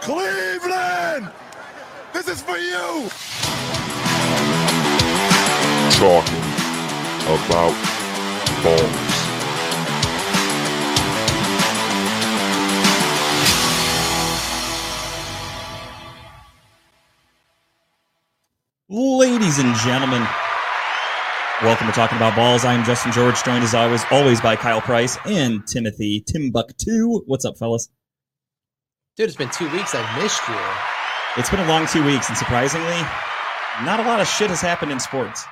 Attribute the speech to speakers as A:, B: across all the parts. A: Cleveland, this is for you.
B: talking about balls.
C: Ladies and gentlemen, welcome to Talking About Balls. I am Justin George, joined as always, always by Kyle Price and Timothy Timbuktu. What's up, fellas?
D: Dude, it's been two weeks. I've missed you.
C: It's been a long two weeks, and surprisingly, not a lot of shit has happened in sports.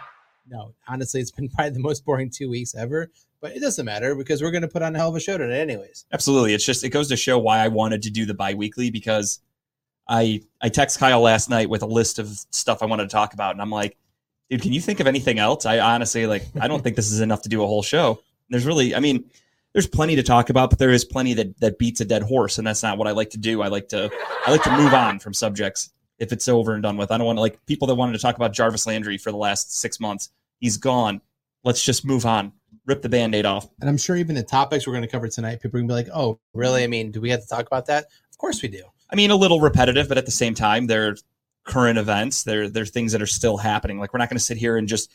D: No, honestly, it's been probably the most boring two weeks ever. But it doesn't matter because we're going to put on a hell of a show today, anyways.
C: Absolutely, it's just it goes to show why I wanted to do the biweekly because I I text Kyle last night with a list of stuff I wanted to talk about, and I'm like, dude, can you think of anything else? I honestly like I don't think this is enough to do a whole show. And There's really, I mean, there's plenty to talk about, but there is plenty that that beats a dead horse, and that's not what I like to do. I like to I like to move on from subjects if it's over and done with. I don't want to like people that wanted to talk about Jarvis Landry for the last six months. He's gone. Let's just move on. Rip the band-aid off.
D: And I'm sure even the topics we're going to cover tonight, people are going to be like, oh, really? I mean, do we have to talk about that? Of course we do.
C: I mean, a little repetitive, but at the same time, they're current events. They're they're things that are still happening. Like we're not going to sit here and just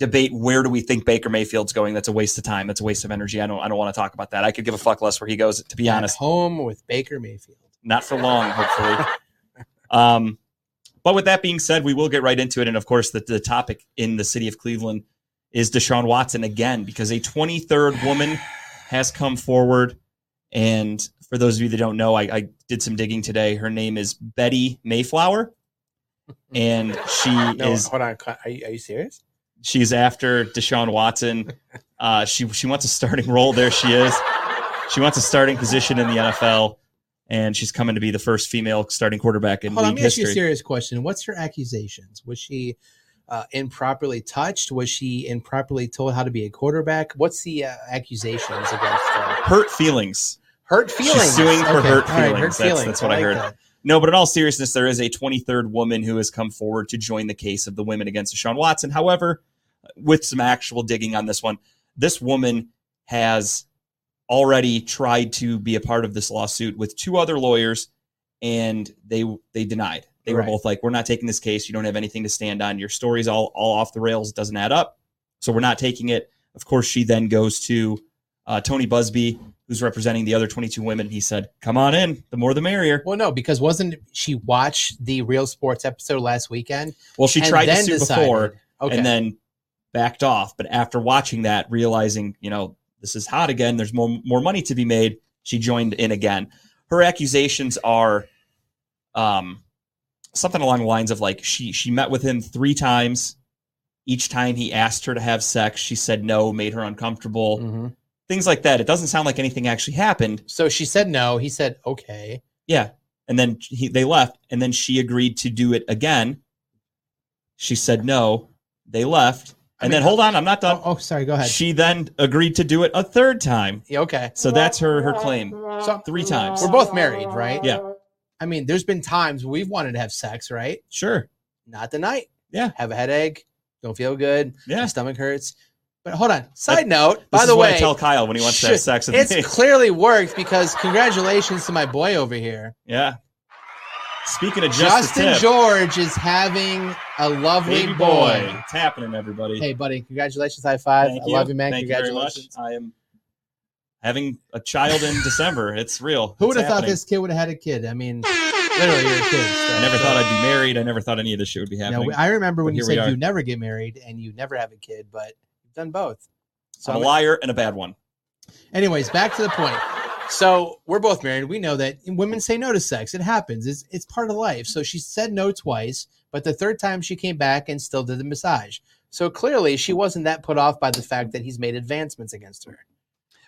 C: debate where do we think Baker Mayfield's going. That's a waste of time. That's a waste of energy. I don't I don't want to talk about that. I could give a fuck less where he goes. To be honest,
D: At home with Baker Mayfield.
C: not for long, hopefully. um, but with that being said, we will get right into it. And of course, the, the topic in the city of Cleveland is Deshaun Watson again, because a 23rd woman has come forward. And for those of you that don't know, I, I did some digging today. Her name is Betty Mayflower. And she
D: No,
C: is
D: hold on. Are you, are you serious?
C: she's after Deshaun Watson. Uh, she she wants a starting role. There she is. She wants a starting position in the NFL, and she's coming to be the first female starting quarterback in
D: Hold on. Let
C: league
D: me ask you a
C: history.
D: serious question. What's her accusations? Was she uh, improperly touched? Was she improperly told how to be a quarterback? What's the uh, accusations against her?
C: Hurt feelings.
D: Hurt feelings.
C: suing for hurt
D: all right,
C: feelings. That's- that's what I heard.
D: that.
C: No, but in all seriousness, there is a 23rd woman who has come forward to join the case of the women against Deshaun Watson. However, with some actual digging on this one, this woman has already tried to be a part of this lawsuit with two other lawyers, and they they denied. They were
D: Right.
C: both like, "We're not taking this case. You don't have anything to stand on. Your story's all all off the rails. It doesn't add up. So we're not taking it." Of course, she then goes to uh, Tony Busby, who's representing the other 22 women. He said, "Come on in. The more, the merrier."
D: Well, no, because wasn't she watched the Real Sports episode last weekend?
C: Well, she
D: and
C: tried to
D: then
C: sue
D: decided-
C: before
D: Okay.
C: and then backed off. But after watching that, realizing, you know, this is hot again, there's more more money to be made, she joined in again. Her accusations are um something along the lines of like she she met with him three times. Each time he asked her to have sex, she said no, made her uncomfortable.
D: Mhm.
C: Things like that. It doesn't sound like anything actually happened.
D: so she said no. He said okay.
C: Yeah. And then he, they left, and then she agreed to do it again. She said no. They left,
D: I
C: and
D: mean,
C: then hold on, I'm not done.
D: Oh, oh, sorry. Go ahead.
C: she then agreed to do it a third time.
D: Yeah, okay.
C: So that's her her claim.
D: So
C: Three times.
D: we're both married, right?
C: Yeah.
D: I mean, there's been times we've wanted to have sex, right?
C: Sure.
D: Not tonight.
C: Yeah.
D: Have a headache. Don't feel good. My
C: Yeah.
D: stomach hurts. But hold on. Side note. By
C: this
D: the
C: is what
D: way,
C: I tell Kyle when he wants to have
D: shit,
C: sex with
D: it's
C: me.
D: clearly worked because congratulations to my boy over here.
C: yeah. Speaking of just a
D: Justin
C: tip,
D: George is having a lovely
C: baby
D: boy.
C: boy, it's happening, everybody.
D: Hey, buddy, congratulations. High five. I love you, man.
C: Thank
D: congratulations.
C: You very much. I am having a child in December. It's real.
D: Who
C: It's
D: would have thought
C: happening.
D: this kid would have had a kid? I mean, literally, you're a kid. so-
C: I never
D: so-
C: thought I'd be married. I never thought any of this shit would be
D: you
C: happening.
D: know, I remember
C: But
D: when you
C: here we
D: said
C: are.
D: you never get married and you never have a kid, but you've done both. So,
C: I'm a
D: I'm-
C: liar and a bad one.
D: anyways, back to the point. So we're both married. We know that women say no to sex. It happens. It's it's part of life. So she said no twice, but the third time she came back and still did the massage. So clearly, she wasn't that put off by the fact that he's made advancements against her.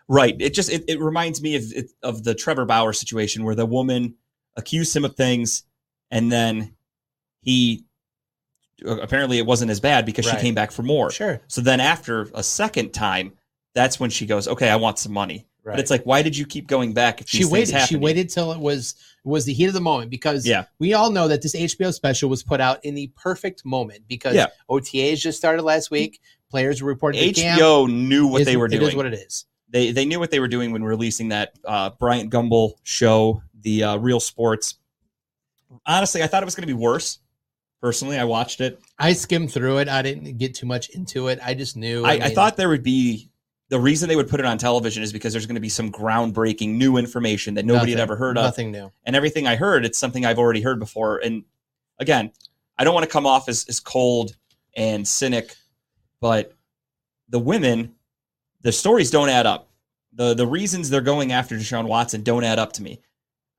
C: Right. It just it, it reminds me of it- of the Trevor Bauer situation where the woman accused him of things, and then he uh, apparently it wasn't as bad because
D: Right.
C: she came back for more.
D: Sure,
C: So then after a second time, that's when she goes, "Okay, I want some money."
D: right.
C: But it's like, why did you keep going back? If
D: she
C: these things
D: waited. She
C: happen?
D: waited till it was was the heat of the moment because
C: Yeah.
D: we all know that this HBO special was put out in the perfect moment because
C: Yeah.
D: OTAs just started last week. Players were reported to camp.
C: HBO knew what
D: It is-
C: they were
D: It is
C: doing.
D: what it is.
C: they they knew what they were doing when releasing that uh, Bryant Gumbel show, the uh, Real Sports honestly, I thought it was going to be worse. Personally, I watched it.
D: I skimmed through it. I didn't get too much into it. I just knew.
C: I, I
D: mean,
C: thought there would be the reason they would put it on television is because there's going to be some groundbreaking new information that nobody had
D: nothing-
C: ever heard of.
D: Nothing new.
C: and everything I heard, it's something I've already heard before. And again, I don't want to come off as, as cold and cynic, but the women, the stories don't add up. The the reasons they're going after Deshaun Watson don't add up to me.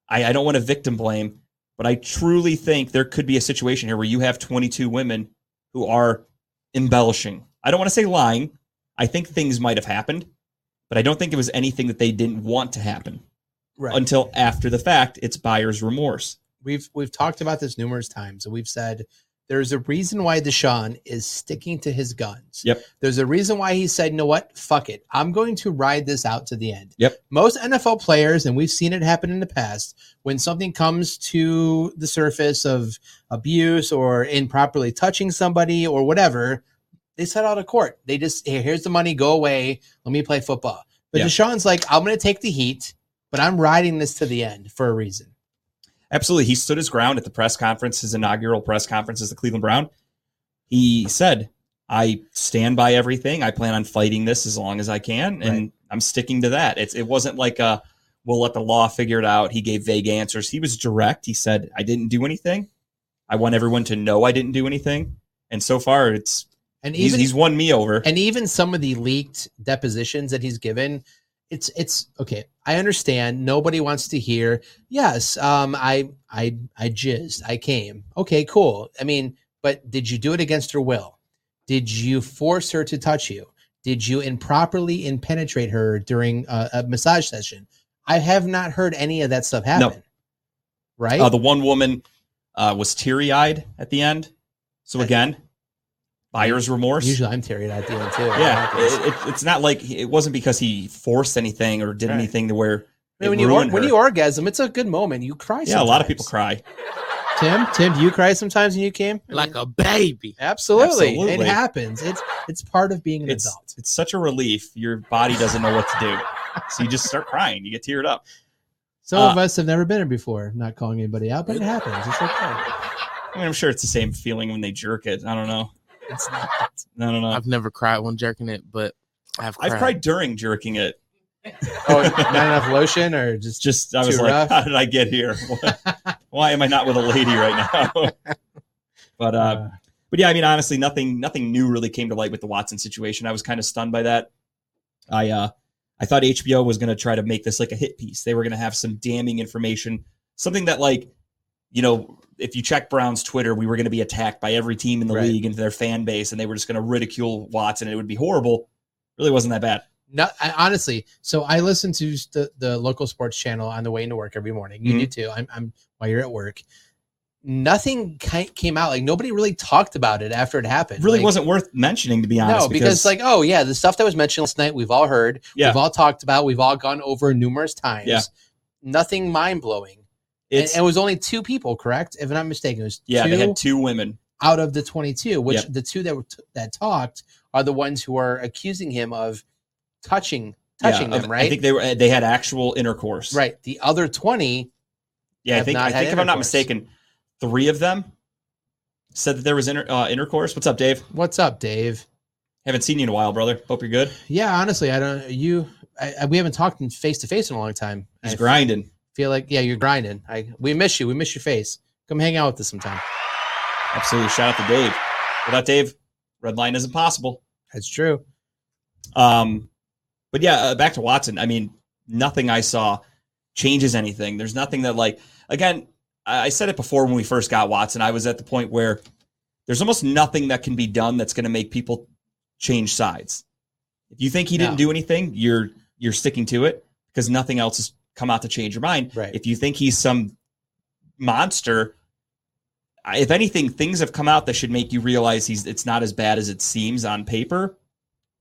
C: I, I don't want to victim blame, but I truly think there could be a situation here where you have 22 women who are embellishing. I don't want to say lying. I think things might have happened, but I don't think it was anything that they didn't want to happen
D: Right.
C: until after the fact it's buyer's remorse
D: we've we've talked about this numerous times and we've said there's a reason why Deshaun is sticking to his guns.
C: Yep.
D: There's a reason why he said, you know what? Fuck it. I'm going to ride this out to the end.
C: Yep.
D: Most NFL players, and we've seen it happen in the past, when something comes to the surface of abuse or improperly touching somebody or whatever, they set out of court. They just, "Here- here's the money, go away. Let me play football. But
C: Yeah.
D: Deshaun's like, I'm going to take the heat, but I'm riding this to the end for a reason.
C: absolutely he stood his ground at the press conference his inaugural press conference as the cleveland brown he said i stand by everything i plan on fighting this as long as i can and
D: Right.
C: i'm sticking to that it's, it wasn't like a we'll let the law figure it out he gave vague answers he was direct he said i didn't do anything i want everyone to know i didn't do anything and so far it's
D: And
C: he's,
D: even
C: he's won me over
D: and even some of the leaked depositions that he's given it's it's okay i understand nobody wants to hear yes um i i i jizzed i came okay cool i mean but did you do it against her will did you force her to touch you did you improperly and penetrate her during a, a massage session i have not heard any of that stuff happen right
C: Uh, the one woman uh, was teary eyed at the end. So again, buyer's remorse.
D: Uh, usually i'm teary at the end too
C: yeah, it, it, it's not like it wasn't because he forced anything or did
D: Right.
C: anything to where
D: I mean,
C: it
D: when you or,
C: ruined
D: when
C: her.
D: you orgasm it's a good moment you cry
C: yeah, a lot of
D: sometimes.
C: people cry.
D: Tim, Tim, do you cry sometimes when you came?
E: like a baby.
D: absolutely. It
C: Absolutely.
D: happens. It's it's part of being an
C: It's
D: adult.
C: it's such a relief. Your body doesn't know what to do, so you just start crying. You get teared up.
D: Some
C: uh,
D: of us have never been here before. Not calling anybody out, but it happens. It's okay.
C: I mean, I'm sure it's the same feeling when they jerk it. I don't know.
D: It's not.
C: I don't know. I've,
E: I've never cried when jerking it, but I've cried.
C: cried during jerking it.
D: Oh, not enough lotion or
C: It's
D: just
C: just I was
D: Too
C: like,
D: rough.
C: how did I get here? Why am I not with a lady right now? but uh,
D: uh,
C: but yeah, I mean, honestly, nothing nothing new really came to light with the Watson situation. I was kind of stunned by that. I uh, I thought HBO was going to try to make this like a hit piece. They were going to have some damning information, something that like, you know, if you check Brown's Twitter, we were going to be attacked by every team in the
D: Right.
C: league and their fan base, and they were just going to ridicule Watson. and It would be horrible. Really wasn't that bad.
D: no, I, honestly. So I listen to the, the local sports channel on the way into work every morning. You
C: Mhm.
D: do too. I'm, I'm while you're at work. Nothing ki- came out. Like nobody really talked about it after it happened.
C: Really
D: Like,
C: wasn't worth mentioning, to be honest.
D: No, because, like, oh yeah, the stuff that was mentioned last night, we've all heard,
C: Yeah.
D: we've all talked about, we've all gone over numerous times.
C: Yeah.
D: Nothing mind blowing. And,
C: it's
D: and it was only two people, correct? If I'm not mistaken, it was
C: yeah,
D: two
C: they had two women.
D: out of the 22. Which
C: Yep.
D: the two that were t- that talked are the ones who are accusing him of touching touching
C: Yeah,
D: them,
C: of-
D: right?
C: I think they were they had actual intercourse.
D: right. The other 20,
C: Yeah, I
D: have
C: think
D: not
C: I
D: had
C: think if I'm not
D: intercourse.
C: mistaken, three of them said that there was inter, uh, intercourse. What's up, Dave?
D: what's up, Dave?
C: Haven't seen you in a while, brother. Hope you're good.
D: Yeah, honestly, I don't you. I, I- we haven't talked in face to face in a long time.
C: He's
D: I
C: grinding.
D: feel like yeah, you're grinding. I we miss you. We miss your face. Come hang out with us sometime.
C: Absolutely. Shout out to Dave. Without Dave, red line isn't possible.
D: That's true.
C: Um, but yeah, uh, back to Watson. I mean, nothing I saw changes anything. There's nothing that like again. I I said it before when we first got Watson. I was at the point where there's almost nothing that can be done that's going to make people change sides. If you think he didn't
D: No.
C: do anything, you're you're sticking to it because nothing else has come out to change your mind.
D: Right.
C: If you think he's some monster, I- if anything, things have come out that should make you realize he's it's not as bad as it seems on paper,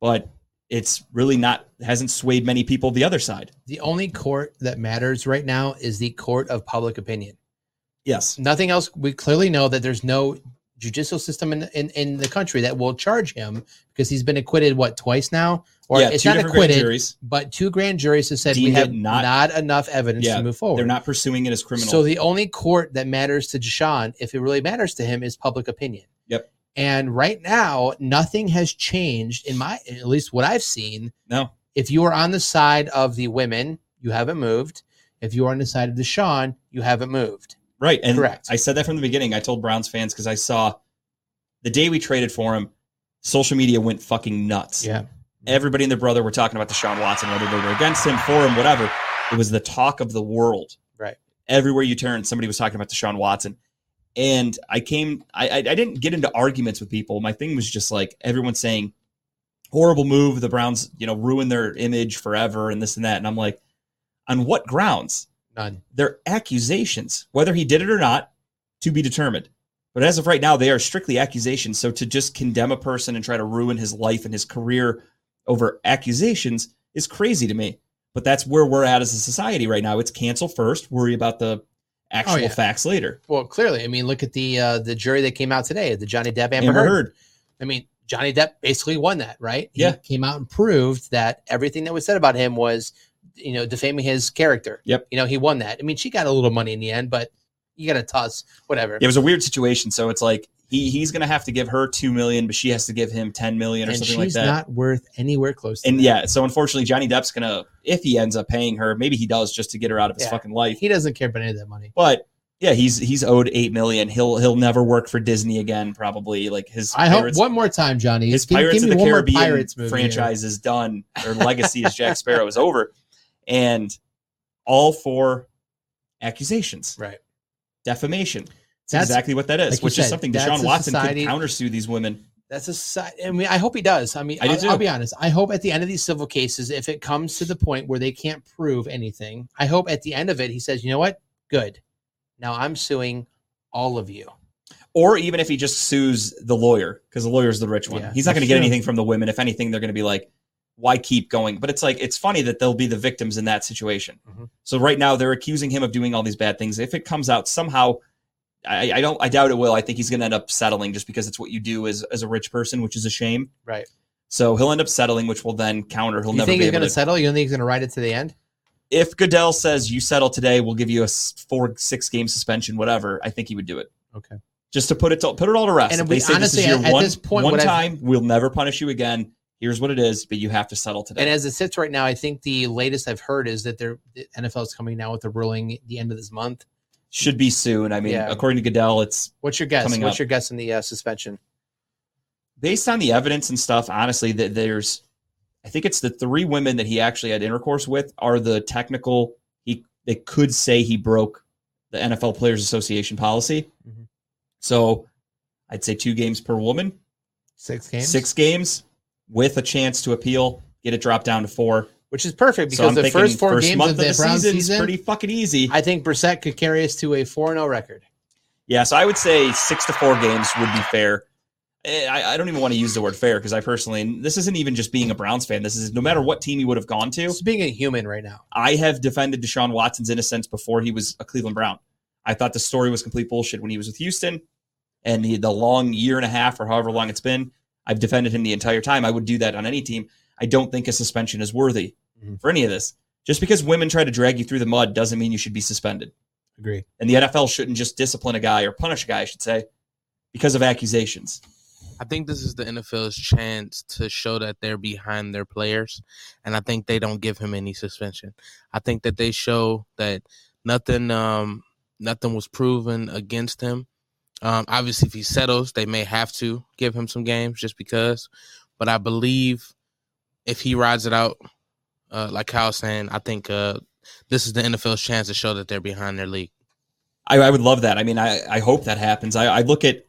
C: but it's really not hasn't swayed many people the other side.
D: The only court that matters right now is the court of public opinion.
C: Yes.
D: Nothing else. We clearly know that there's no judicial system in, in in the country that will charge him because he's been acquitted what twice now, or
C: yeah,
D: it's
C: two
D: not
C: different grand
D: acquitted,
C: juries.
D: but two grand juries have said we
C: Deemed it
D: have not,
C: not-
D: enough evidence
C: Yeah,
D: to move forward.
C: They're not pursuing it as criminal.
D: So the only court that matters to Deshaun, if it really matters to him, is public opinion.
C: Yep.
D: And right now, nothing has changed in my, at least what I've seen.
C: no,
D: If you are on the side of the women, you haven't moved. If you are on the side of Deshaun, you haven't moved.
C: Right. And
D: Correct.
C: I said that from the beginning. I told Browns fans because I saw the day we traded for him, social media went fucking nuts.
D: Yeah.
C: Everybody and their brother were talking about Deshaun Watson, whether they were against him, for him, whatever. It was the talk of the world.
D: Right.
C: Everywhere you turned, somebody was talking about Deshaun Watson. And I came, I, I, I didn't get into arguments with people. My thing was just like everyone saying, horrible move. The Browns, you know, ruin their image forever and this and that. And I'm like, on what grounds?
D: None.
C: they're accusations, whether he did it or not, to be determined. But as of right now, they are strictly accusations. So to just condemn a person and try to ruin his life and his career over accusations is crazy to me. But that's where we're at as a society right now. It's cancel first, worry about the actual
D: yeah.
C: facts later.
D: Well, clearly, I mean, look at the uh, the jury that came out today, the Johnny Depp Amber,
C: Amber
D: Heard.
C: Heard.
D: I mean, Johnny Depp basically won that, right?
C: Yeah.
D: He came out and proved that everything that was said about him was, you know, defaming his character.
C: Yep.
D: You know, he won that. I mean, she got a little money in the end, but you got to toss whatever.
C: It was a weird situation. So it's like he he's gonna have to give her two million, but she has to give him ten million or
D: and she's
C: something like that.
D: not worth anywhere close. To
C: and
D: that.
C: yeah, so unfortunately Johnny Depp's gonna if he ends up paying her, maybe he does just to get her out of his
D: Yeah.
C: fucking life.
D: he doesn't care about any of that money.
C: But yeah, he's he's owed eight million. He'll he'll never work for Disney again. Probably like his
D: I
C: pirates,
D: hope one more time, Johnny.
C: his
D: Give- give
C: Pirates of
D: me
C: the
D: one more
C: Caribbean
D: Pirates movie here.
C: franchise is done. Their legacy as Jack Sparrow is over, and all for accusations,
D: Right.
C: defamation. That's
D: That's
C: exactly what that is,
D: like you
C: which
D: said,
C: is something
D: that's
C: Deshaun
D: a
C: Watson
D: society-
C: could countersue these women.
D: That's a si- I mean, I hope he does. I mean,
C: I
D: I
C: do
D: will
C: too.
D: I'll be honest. I hope at the end of these civil cases, if it comes to the point where they can't prove anything, I hope at the end of it, he says, you know what? Good. Now I'm suing all of you.
C: Or even if he just sues the lawyer, because the lawyer's the rich one.
D: Yeah,
C: He's not going to
D: that's
C: get
D: true.
C: anything from the women. If anything, they're going to be like, why keep going? But it's like, it's funny that they'll be the victims in that situation.
D: Mhm.
C: So right now, they're accusing him of doing all these bad things. If it comes out somehow, I, I don't, I doubt it will. I think he's going to end up settling just because it's what you do as, as a rich person, which is a shame.
D: Right.
C: So he'll end up settling, which will then counter. He'll
D: you
C: never
D: think
C: be
D: he's
C: able
D: going
C: to.
D: to settle? You don't think he's going to ride it to the end?
C: if Goodell says you settle today, we'll give you a s- four, six game suspension, whatever. I think he would do it.
D: Okay.
C: Just to put it to, put it all to rest.
D: And
C: And if
D: we-
C: they say
D: honestly,
C: this is
D: at-
C: your
D: at
C: one,
D: this point,
C: one
D: what I've-
C: time, we'll never punish you again. Here's what it is, but you have to settle today.
D: And as it sits right now, I think the latest I've heard is that they're, the NFL is coming now with a ruling at the end of this month.
C: Should be soon. I mean,
D: Yeah.
C: according to Goodell, it's
D: What's your guess?
C: Coming
D: What's
C: up.
D: your guess on the uh, suspension?
C: based on the evidence and stuff. Honestly, that there's, I think it's the three women that he actually had intercourse with are the technical. He they could say he broke the NFL Players Association policy.
D: Mhm.
C: So, I'd say two games per woman.
D: Six games?
C: six games with a chance to appeal, get it dropped down to four.
D: Which is perfect
C: so I'm
D: because the
C: thinking
D: first four games
C: month
D: of the, Browns
C: season's
D: season,
C: pretty fucking easy.
D: I think Brissett could carry us to a 4 0 record.
C: yeah, so I would say six to four games would be fair. Eh, I, I don't even want to use the word fair because I personally, this isn't even just being a Browns fan. This is no matter what team he would have gone to.
D: Just being a human right now.
C: I have defended Deshaun Watson's innocence before he was a Cleveland Brown. I thought the story was complete bullshit when he was with Houston and he, the long year and a half or however long it's been. I've defended him the entire time. I would do that on any team. I don't think a suspension is worthy
D: Mhm.
C: for any of this. Just because women try to drag you through the mud doesn't mean you should be suspended.
D: Agree.
C: And the NFL shouldn't just discipline a guy or punish a guy, I should say, because of accusations.
E: I think this is the NFL's chance to show that they're behind their players, and I think they don't give him any suspension. I think that they show that nothing, um, nothing was proven against him. Um, obviously, if he settles, they may have to give him some games just because. But I believe if he rides it out, uh, like Kyle's saying, I think uh, this is the NFL's chance to show that they're behind their league.
C: I, I would love that. I mean, I, I hope that happens. I, I look at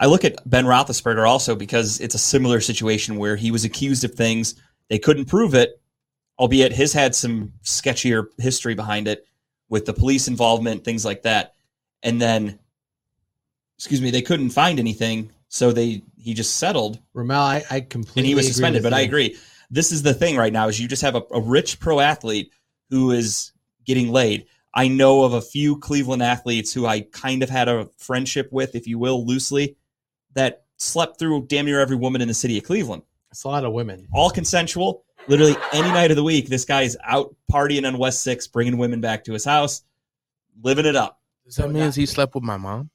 C: I look at Ben Roethlisberger also because it's a similar situation where he was accused of things they couldn't prove it, albeit his had some sketchier history behind it with the police involvement, things like that. And then, excuse me, they couldn't find anything, so they he just settled
D: Ramel, I, I completely
C: and he was
D: agree
C: suspended.
D: with
C: But I
D: you.
C: agree. This is the thing right now is you just have a, a rich pro athlete who is getting laid. I know of a few Cleveland athletes who I kind of had a friendship with, if you will, loosely, that slept through damn near every woman in the city of Cleveland.
D: It's a lot of women.
C: All consensual. Literally any night of the week, this guy is out partying on West Six, bringing women back to his house, living it up.
E: Does that means he slept with my mom?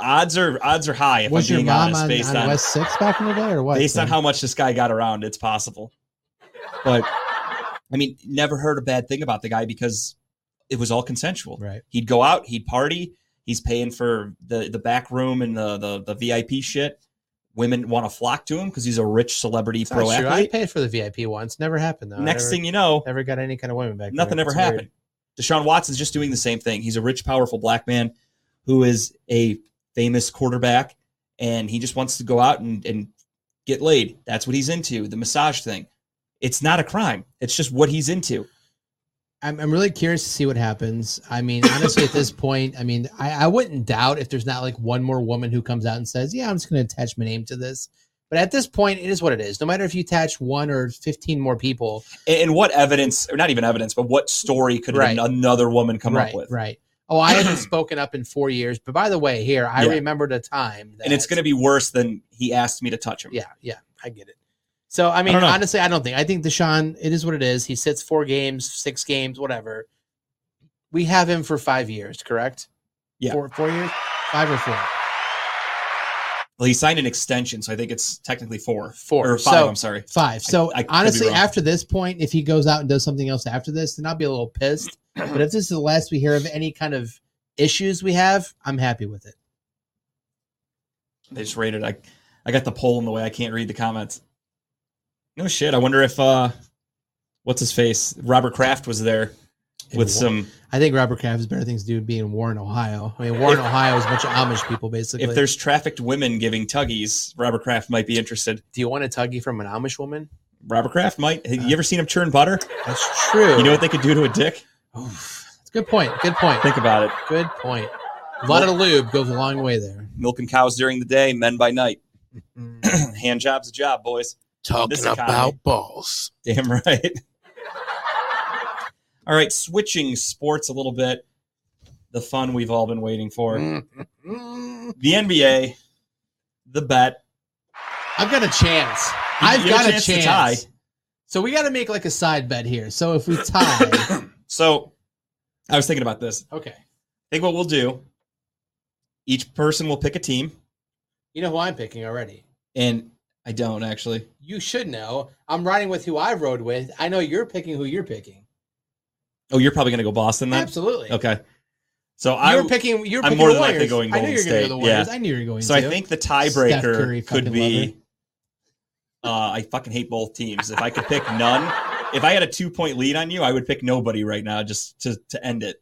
C: Odds are odds are high. If
D: was
C: I'm
D: your
C: being
D: mom
C: honest,
D: on,
C: based
D: on,
C: on
D: West Six back in the day, or what?
C: based on
D: Tim?
C: how much this guy got around, it's possible. But I mean, never heard a bad thing about the guy because it was all consensual.
D: right?
C: He'd go out, he'd party, he's paying for the the back room and the the, the VIP shit. Women want to flock to him because he's a rich celebrity
D: It's not
C: pro
D: true. I
C: athlete.
D: paid for the VIP once. Never happened though. I
C: Next
D: never,
C: thing you know,
D: never got any kind of women back.
C: nothing
D: there.
C: ever
D: It's weird.
C: happened. Deshaun Watson's just doing the same thing. He's a rich, powerful black man who is a famous quarterback, and he just wants to go out and, and get laid. That's what he's into, the massage thing. It's not a crime. It's just what he's into.
D: I'm, I'm really curious to see what happens. I mean, honestly, at this point, I mean, I, I wouldn't doubt if there's not like one more woman who comes out and says, "Yeah, I'm just going to attach my name to this." But at this point, it is what it is. No matter if you attach one or 15 more people,
C: And, and what evidence, or not even evidence, but what story could an-
D: Right.
C: another woman come
D: right,
C: up with?
D: right? Oh, I haven't spoken up in four years. But by the way, here I
C: Yeah.
D: remembered a time, that,
C: And it's going to be worse than he asked me to touch him.
D: yeah, yeah, I get it. So I mean,
C: don't know.
D: honestly, I don't think. I think Deshaun, it is what it is. He sits four games, six games, whatever. We have him for five years, correct?
C: Yeah.
D: four, four years, five or four.
C: Well, he signed an extension, so I think it's technically four.
D: Four.
C: Or five,
D: So-
C: I'm sorry.
D: five. So
C: I- I could be
D: honestly,
C: wrong.
D: after this point, if he goes out and does something else after this, then I'll be a little pissed. but if this is the last we hear of any kind of issues we have, I'm happy with it.
C: They just rated. I, I got the poll in the way. I can't read the comments. No shit. I wonder if uh, what's his face? Robert Kraft was there with
D: Wa-
C: some.
D: I think Robert Kraft has better things to do than be in Warren, Ohio. I mean, Warren, Ohio is a bunch of Amish people, basically.
C: If there's trafficked women giving tuggies, Robert Kraft might be interested.
D: do you want a tuggy from an Amish woman?
C: Robert Kraft might. Have you ever seen him churn butter?
D: That's true.
C: You know what they could do to a dick?
D: Oof. That's a good point. Good point.
C: Think about it.
D: Good point. A lot of lube goes a long way there.
C: Milking cows during the day, men by night. Hand job's a job, boys.
E: Talking
C: This economy.
E: about balls.
C: Damn right. all right, switching sports a little bit. The fun we've all been waiting for.
D: Mm-hmm.
C: The NBA, the bet.
D: I've got a chance.
C: You-
D: I've
C: you have
D: got a
C: a
D: chance.
C: chance to tie.
D: So we got to make like a side bet here. So if we tie,
C: So I was thinking about this. I
D: okay.
C: think what we'll do, each person will pick a team,
D: You know who I'm picking already.
C: and I don't actually.
D: You should know. I'm riding with who I rode with. I know you're picking who you're picking.
C: Oh, you're probably gonna go Boston then?
D: Absolutely.
C: Okay. So
D: You
C: I
D: were picking. You're
C: I'm
D: picking
C: more
D: the
C: than likely
D: Warriors.
C: going
D: I knew you were
C: Golden
D: going to go the
C: State, yeah.
D: Warriors. I knew you were going
C: so
D: to.
C: I think the
D: Steph Curry,
C: tiebreaker could
D: fucking
C: be uh, I fucking hate both teams. If I could pick none, if I had a two point lead on you, I would pick nobody right now just to, to end it.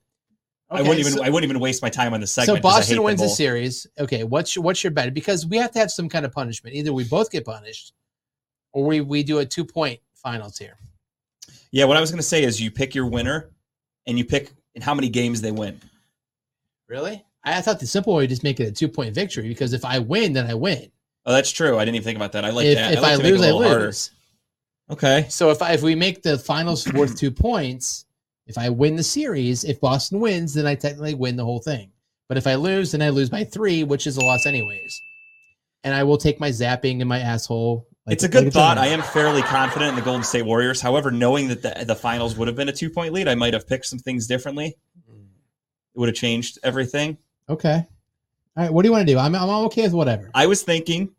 C: I
D: Okay,
C: wouldn't even
D: so-
C: I wouldn't even waste my time on the
D: So
C: segment. 'cause I hate
D: Boston
C: them
D: wins the
C: both.
D: series. Okay, what's your, what's your bet? Because we have to have some kind of punishment. Either we both get punished, or we we do a two point finals here.
C: Yeah, what I was gonna say is you pick your winner and you pick in how many games they win.
D: Really? I, I thought the simple way would just make it a two point victory. Because if I win, then I win.
C: Oh, that's true. I didn't even think about that. I like
D: if
C: that.
D: if
C: I, like
D: I
C: to make it
D: lose,
C: a
D: I
C: little
D: lose.
C: harder. Okay.
D: So if I, if we make the finals worth two points, if I win the series, if Boston wins, then I technically win the whole thing. But if I lose, then I lose by three, which is a loss anyways. And I will take my zapping and my asshole. like-
C: it's a
D: like
C: good thought. I
D: gentleman.
C: am fairly confident in the Golden State Warriors. However, knowing that the, the finals would have been a two point lead, I might have picked some things differently. It would have changed everything.
D: Okay. All right. What do you want to do? I'm I'm okay with whatever.
C: I was thinking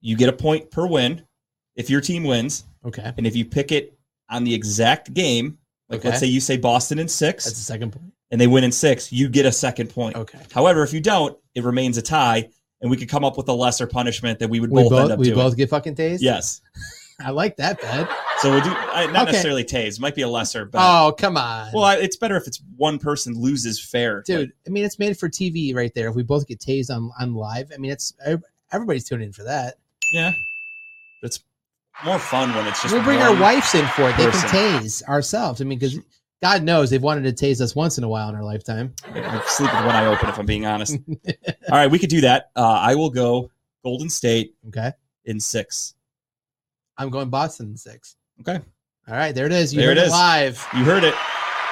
C: you get a point per win if your team wins.
D: Okay.
C: And if you pick it on the exact game, like
D: Okay.
C: let's say you say Boston in six
D: That's the second point.
C: and they win in six, you get a second point.
D: Okay.
C: However, if you don't, it remains a tie and we could come up with a lesser punishment that we would
D: We
C: both, end
D: both
C: up
D: we
C: doing.
D: both get fucking tased.
C: Yes.
D: I like that bed.
C: So we'll do I, not
D: Okay.
C: necessarily tase, might be a lesser, but
D: Oh come on.
C: well, I, it's better if it's one person loses fair.
D: dude.
C: Like,
D: I mean, it's made for TV right there. If we both get tased on on live, I mean, it's ev- everybody's tuning in for that.
C: yeah. It's more fun when it's just
D: we'll bring
C: one
D: our wives in for it. They
C: person.
D: can tase ourselves. I mean, because God knows they've wanted to tase us once in a while in our lifetime.
C: I sleep with one eye open, if I'm being honest. All right, we could do that. Uh, I will go Golden State
D: Okay.
C: in six.
D: I'm going Boston in six.
C: Okay.
D: All right. There it is. You
C: There
D: heard
C: it
D: it
C: is.
D: live.
C: You heard it.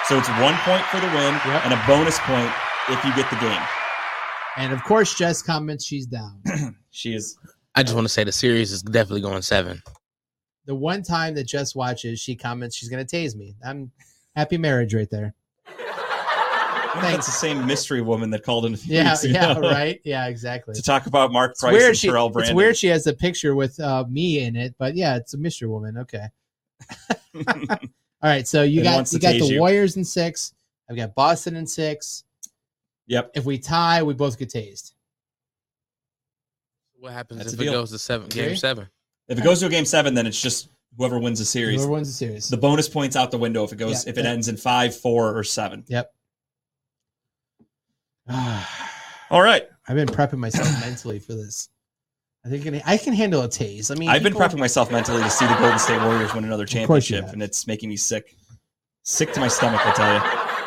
C: So it's one point for the win
D: Yep.
C: and a bonus point if you get the game.
D: And of course, Jess comments she's down.
C: She is.
E: I just want to say the series is definitely going seven.
D: The one time that Jess watches, she comments she's going to tase me. I'm happy marriage right there.
C: I think That's the same mystery woman that called in a few
D: Yeah,
C: weeks ago
D: yeah, right. Yeah, exactly.
C: to talk about Mark
D: It's
C: Price
D: weird,
C: and
D: she,
C: Terrell
D: it's
C: Brandon.
D: weird she has a picture with uh, me in it, but yeah, it's a mystery woman. Okay. All right. So you
C: It
D: got
C: wants
D: you
C: to
D: got the
C: tase you.
D: Warriors in six. I've got Boston in six.
C: yep.
D: If we tie, we both get tased.
E: What happens
C: That's
E: if
C: a
E: it
C: deal.
E: goes to seven? Game
D: Okay.
E: seven.
C: If it goes to a game seven, then it's just whoever wins the series.
D: Whoever wins the series.
C: The bonus points out the window if it goes
D: Yeah,
C: if it
D: that-
C: ends in five, four, or seven.
D: I've
C: All right.
D: been prepping myself mentally for this. I think I- I can handle a tase. I mean,
C: I've been
D: people-
C: prepping myself mentally to see the Golden State Warriors win another
D: Of course you
C: championship,
D: have.
C: and it's making me sick, sick to my stomach. I tell you,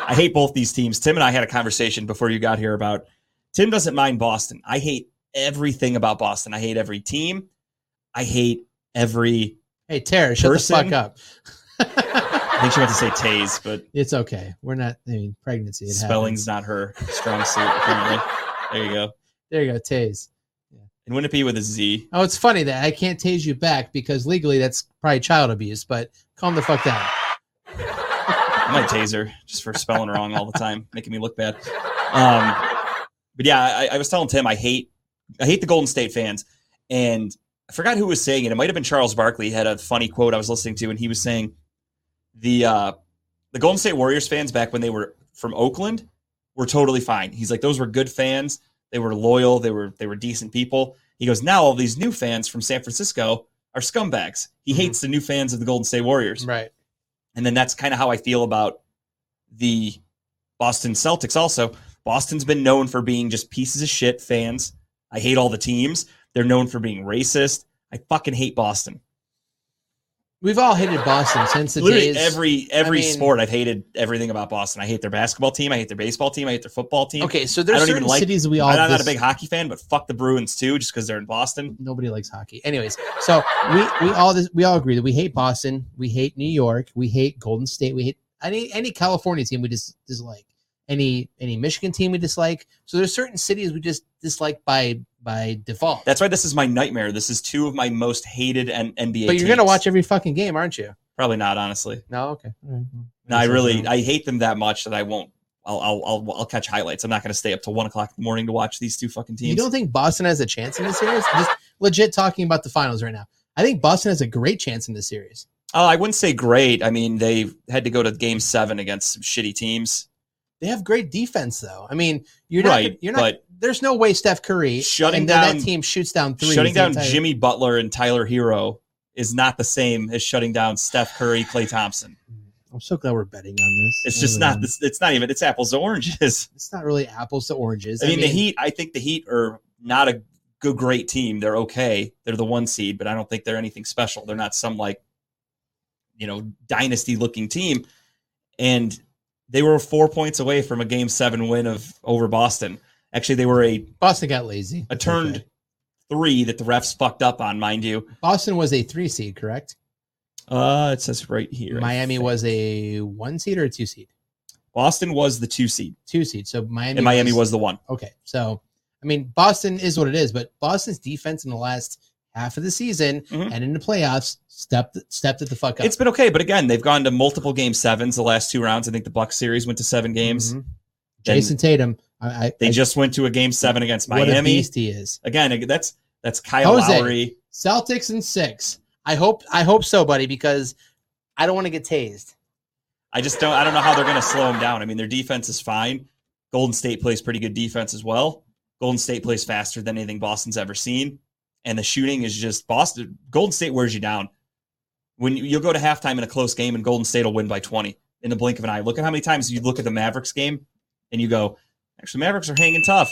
C: I hate both these teams. Tim and I had a conversation before you got here about Tim doesn't mind Boston. I hate everything about Boston. I hate every team. I hate every.
D: Hey, Tara, shut
C: person.
D: the fuck up.
C: I think she meant to say Taze, but
D: it's okay. We're not. I mean, pregnancy. It happens.
C: spelling's not her strong suit. Apparently, there you go.
D: There you go. Tase.
C: And wouldn't it be with a Z?
D: Oh, it's funny that I can't tase you back because legally that's probably child abuse. But calm the fuck down.
C: I might tase her just for spelling wrong all the time, making me look bad. Um, but yeah, I, I was telling Tim I hate I hate the Golden State fans, and I forgot who was saying it. It might have been Charles Barkley had a funny quote I was listening to, and he was saying the uh, the Golden State Warriors fans back when they were from Oakland were totally fine. He's like those were good fans. They were loyal. They were they were decent people. He goes now all these new fans from San Francisco are scumbags. He
E: Mhm.
C: hates the new fans of the Golden State Warriors.
D: Right.
C: And then that's kind of how I feel about the Boston Celtics also. Boston's been known for being just pieces of shit fans. I hate all the teams. They're known for being racist. I fucking hate Boston.
D: We've all hated Boston since the
C: Literally
D: days.
C: every every
D: I mean-
C: sport I've hated everything about Boston. I hate their basketball team, I hate their baseball team, I hate their football team.
D: okay, so
C: I
D: there's
C: don't
D: certain
C: even like-
D: cities we all.
C: I'm not a
D: dis-
C: big hockey fan, but fuck the Bruins too just cuz they're in Boston.
D: nobody likes hockey. Anyways, so we we all this, we all agree that we hate Boston, we hate New York, we hate Golden State, we hate any any California team we just dislike, any any Michigan team we dislike. So there's certain cities we just dislike by by default.
C: That's why this is my nightmare. This is two of my most hated N- NBA
D: but you're gonna
C: teams.
D: watch every fucking game, aren't you?
C: Probably not honestly.
D: No, okay. All right.
C: No, I really I hate them that much that I won't. I'll I'll I'll, I'll catch highlights. I'm not going to stay up till one o'clock in the morning to watch these two fucking
D: You
C: teams.
D: don't think Boston has a chance in this series? Just legit talking about the finals right now. I think Boston has a great chance in this series.
C: Oh, I wouldn't say great. I mean, they had to go to Game Seven against some shitty teams.
D: They have great defense, though. I mean, you're not.
C: Right,
D: you're not.
C: but-
D: there's no way Steph Curry
C: Shutting
D: and then
C: down-
D: that team shoots down three.
C: shutting down Jimmy Butler and Tyler Hero is not the same as shutting down Steph Curry, Clay Thompson.
D: I'm so glad we're betting on this.
C: It's just not. This, it's not even. It's apples to oranges.
D: It's not really apples to oranges.
C: I mean, the Heat. I think the Heat are not a good, great team. They're okay. They're the one seed, but I don't think they're anything special. They're not some like, you know, dynasty looking team. And they were four points away from a game seven win of over Boston. Actually, they were a
D: Boston got lazy.
C: a
D: That's
C: turned
D: okay.
C: three that the refs fucked up on, mind you.
D: Boston was a three seed, correct?
C: Uh, it says right here. I
D: Miami
C: think.
D: was a one seed or a two seed.
C: Boston was the two seed,
D: Two seed. So Miami.
C: and Miami was the one.
D: okay. So I mean, Boston is what it is, but Boston's defense in the last half of the season
C: Mhm.
D: and in the playoffs stepped stepped it the fuck up.
C: It's been okay, but again, they've gone to multiple game sevens the last two rounds. I think the Bucks series went to seven games.
D: Mhm.
C: Then-
D: Jason Tatum. I, I,
C: They
D: I-
C: just went to a game seven against
D: What a
C: Miami.
D: beast he is.
C: Again, that's that's Kyle
D: Jose.
C: Lowry.
D: Celtics and six. I hope I hope so, buddy, because I don't want to get tased.
C: I just don't I don't know how they're going to slow him down. I mean, their defense is fine. Golden State plays pretty good defense as well. Golden State plays faster than anything Boston's ever seen, and the shooting is just Boston. Golden State wears you down. When you, you'll go to halftime in a close game, and Golden State will win by twenty in the blink of an eye. Look at how many times you look at the Mavericks game, and you go, "Actually, Mavericks are hanging tough."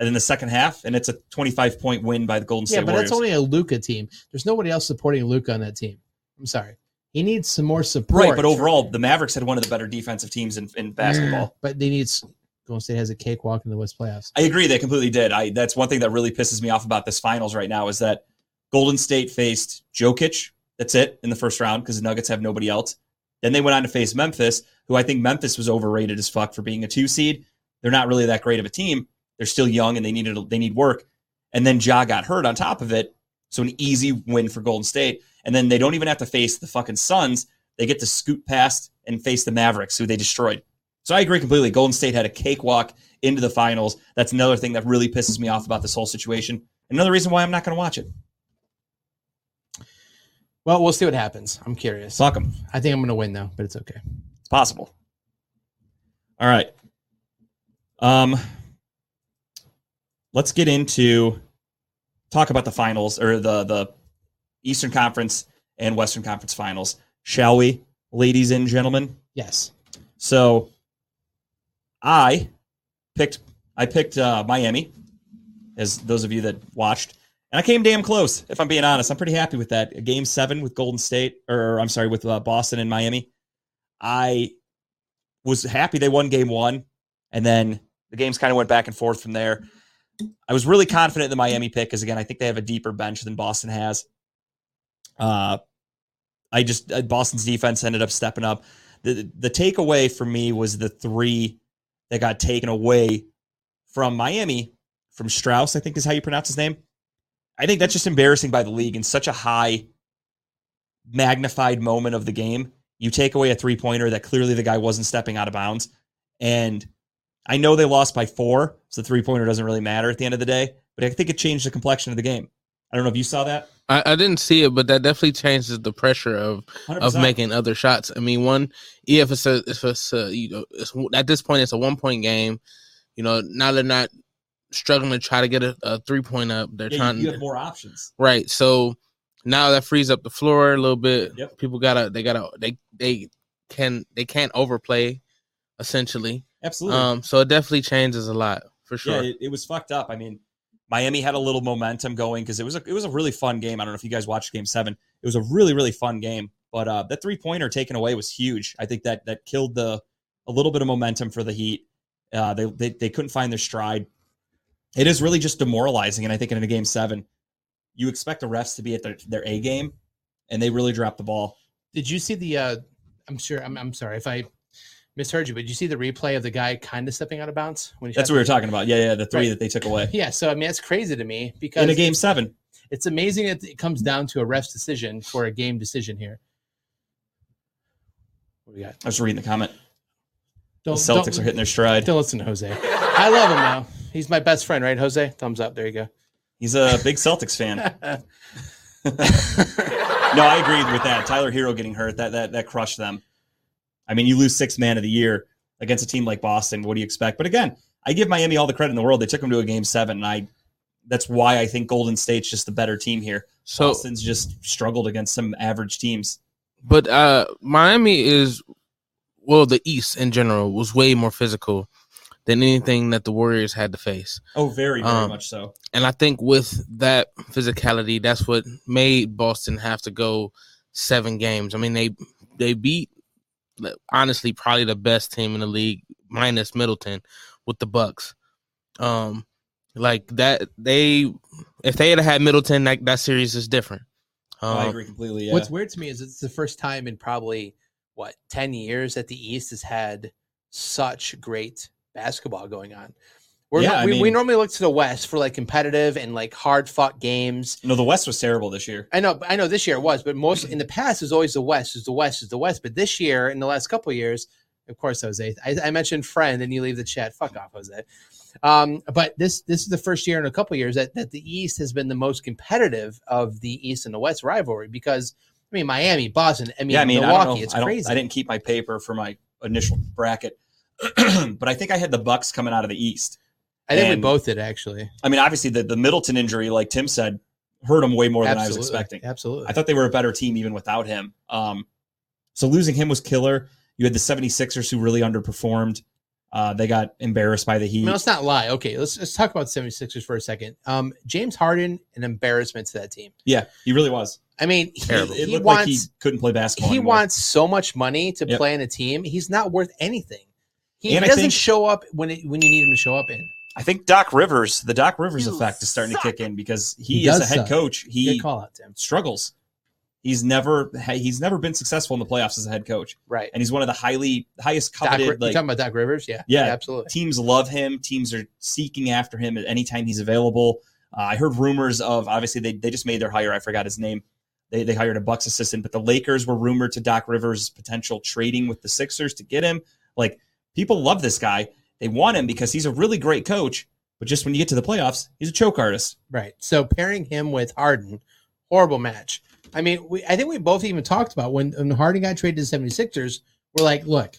C: And then the second half, and it's a twenty-five point win by the Golden State
D: yeah, but
C: Warriors.
D: that's only a Luca team. There's nobody else supporting Luca on that team. I'm sorry. He needs some more support.
C: Right, but overall, the Mavericks had one of the better defensive teams in, in basketball.
D: But they need s- Golden State has a cakewalk in the West playoffs.
C: I agree, they completely did. I that's one thing that really pisses me off about this finals right now is that Golden State faced Jokic. That's it in the first round because the Nuggets have nobody else. Then they went on to face Memphis, who I think Memphis was overrated as fuck for being a two seed. They're not really that great of a team. They're still young and they needed they need work. And then Ja got hurt on top of it, so an easy win for Golden State. And then they don't even have to face the fucking Suns. They get to scoot past and face the Mavericks, who they destroyed. So I agree completely. Golden State had a cakewalk into the finals. That's another thing that really pisses me off about this whole situation. Another reason why I'm not going to watch it.
D: Well, we'll see what happens. I'm curious.
C: Suck 'em.
D: I think I'm going to win though, but it's okay.
C: It's possible. All right. Um let's get into talk about the finals or the the Eastern Conference and Western Conference finals, shall we, ladies and gentlemen?
D: Yes.
C: So I picked I picked uh, Miami, as those of you that watched, and I came damn close. If I'm being honest, I'm pretty happy with that game seven with Golden State, or I'm sorry, with uh, Boston and Miami. I was happy they won game one, and then the games kind of went back and forth from there. I was really confident in the Miami pick because again, I think they have a deeper bench than Boston has. Uh, I just uh, Boston's defense ended up stepping up the the takeaway for me was the three that got taken away from Miami from Strauss, I think is how you pronounce his name. I think that's just embarrassing by the league in such a high magnified moment of the game. You take away a three pointer that clearly the guy wasn't stepping out of bounds. And I know they lost by four, so the three pointer doesn't really matter at the end of the day, but I think it changed the complexion of the game. I don't know if you saw that.
E: I, I didn't see it, but that definitely changes the pressure of
C: 100%.
E: of making other shots. I mean, one, yeah, if it's a, if it's a, you know, it's, at this point it's a one point game. You know, now they're not struggling to try to get a, a three point up. They're
C: Yeah,
E: trying
C: you, you have more options.
E: right. So now that frees up the floor a little bit.
C: Yep.
E: People gotta they gotta they they can they can't overplay essentially.
C: Absolutely.
E: Um, so it definitely changes a lot for sure.
C: Yeah, it, it was fucked up. I mean, Miami had a little momentum going because it was a it was a really fun game. I don't know if you guys watched Game Seven. It was a really really fun game, but uh, that three pointer taken away was huge. I think that that killed the a little bit of momentum for the Heat. Uh, they, they they couldn't find their stride. It is really just demoralizing, and I think in a Game Seven, you expect the refs to be at their, their A game, and they really dropped the ball.
D: Did you see the? uh I'm sure. I'm, I'm sorry if I misheard you, but did you see the replay of the guy kind of stepping out of bounds when he
C: That's
D: shot
C: what we were talking about. Yeah, yeah, the three
D: Right.
C: that they took away
D: Yeah, so I mean that's crazy to me because
C: in a Game Seven.
D: it's amazing that it comes down to a ref's decision for a game decision here. What do we got?
C: I was reading the comment. The
D: Don't,
C: Celtics
D: don't-
C: are hitting their stride.
D: Don't listen to Jose. I love him now. He's my best friend, right, Jose? Thumbs up. There you go.
C: He's a big Celtics fan. no, I agreed with that. Tyler Hero getting hurt that that that crushed them. I mean, you lose six man of the year against a team like Boston. What do you expect? But again, I give Miami all the credit in the world. They took them to a game seven, and I that's why I think Golden State's just the better team here.
E: so
C: Boston's just struggled against some average teams.
E: But uh Miami is well, the East in general was way more physical than anything that the Warriors had to face.
C: Oh, very very
E: Um,
C: much so.
E: And I think with that physicality, that's what made Boston have to go seven games. I mean, they they beat like, honestly probably the best team in the league minus Middleton with the Bucks. Um like that they if they had had Middleton that, that series is different. Um,
C: Oh, I agree completely. Yeah.
D: What's weird to me is it's the first time in probably what ten years that the East has had such great basketball going on. We're
C: Yeah,
D: not-
C: I
D: we, we
C: mean-
D: normally look to the West for like competitive and like hard fought games.
C: no, the West was terrible this year.
D: I know, but- I know this year it was, but most in the past is always the West is the West is the West. But this year, in the last couple of years, of course, Jose, I, I mentioned friend, and you leave the chat. Fuck off, Jose. Um, but this this is the first year in a couple of years that that the East has been the most competitive of the East and the West rivalry because I mean Miami, Boston, I mean,
C: yeah, I mean,
D: Milwaukee,
C: I don't know.
D: it's
C: I, don't-
D: crazy.
C: I didn't keep my paper for my initial bracket, but I think I had the Bucks coming out of the East.
D: I think we
C: and-
D: both did actually.
C: I mean, obviously the, the Middleton injury, like Tim said, hurt him way more than I was expecting.
D: Absolutely.
C: I thought they were a better team even without him. Um, so losing him was killer. You had the 76ers who really underperformed. Uh, they got embarrassed by the
D: I
C: Heat.
D: mean, let's not lie. Okay, let's let's talk about 76ers for a second. Um, James Harden, an embarrassment to that team.
C: yeah, he really was.
D: I mean, he,
E: Terrible.
C: It
D: he
C: looked
D: wants
C: like he couldn't play basketball.
D: he
C: anymore.
D: wants so much money to
C: Yep.
D: play in a team. He's not worth anything. He
C: And I
D: doesn't
C: think-
D: show up when it, when you need him to show up in.
C: I think Doc Rivers, the Doc Rivers
A: You
C: effect, is starting
A: suck.
C: to kick in because
D: He
C: he, is
D: does
C: a head
D: suck.
C: coach. He
D: Good call out, Tim.
C: struggles. He's never he's never been successful in the playoffs as a head coach,
D: Right.
C: and he's one of the highly highest
D: Doc,
C: coveted.
D: you
C: like
D: talking about Doc Rivers? Yeah.
C: Yeah.
D: absolutely.
C: teams love him. Teams are seeking after him at any time he's available. Uh, I heard rumors of obviously they, they just made their hire. I forgot his name. They, they hired a Bucks assistant, but the Lakers were rumored to Doc Rivers potential trading with the Sixers to get him. Like people love this guy. They want him because he's a really great coach. But just when you get to the playoffs, he's a choke artist.
D: Right. So pairing him with Harden, horrible match. I mean, we, I think we both even talked about when, when Harden got traded to the 76ers, we're like, look,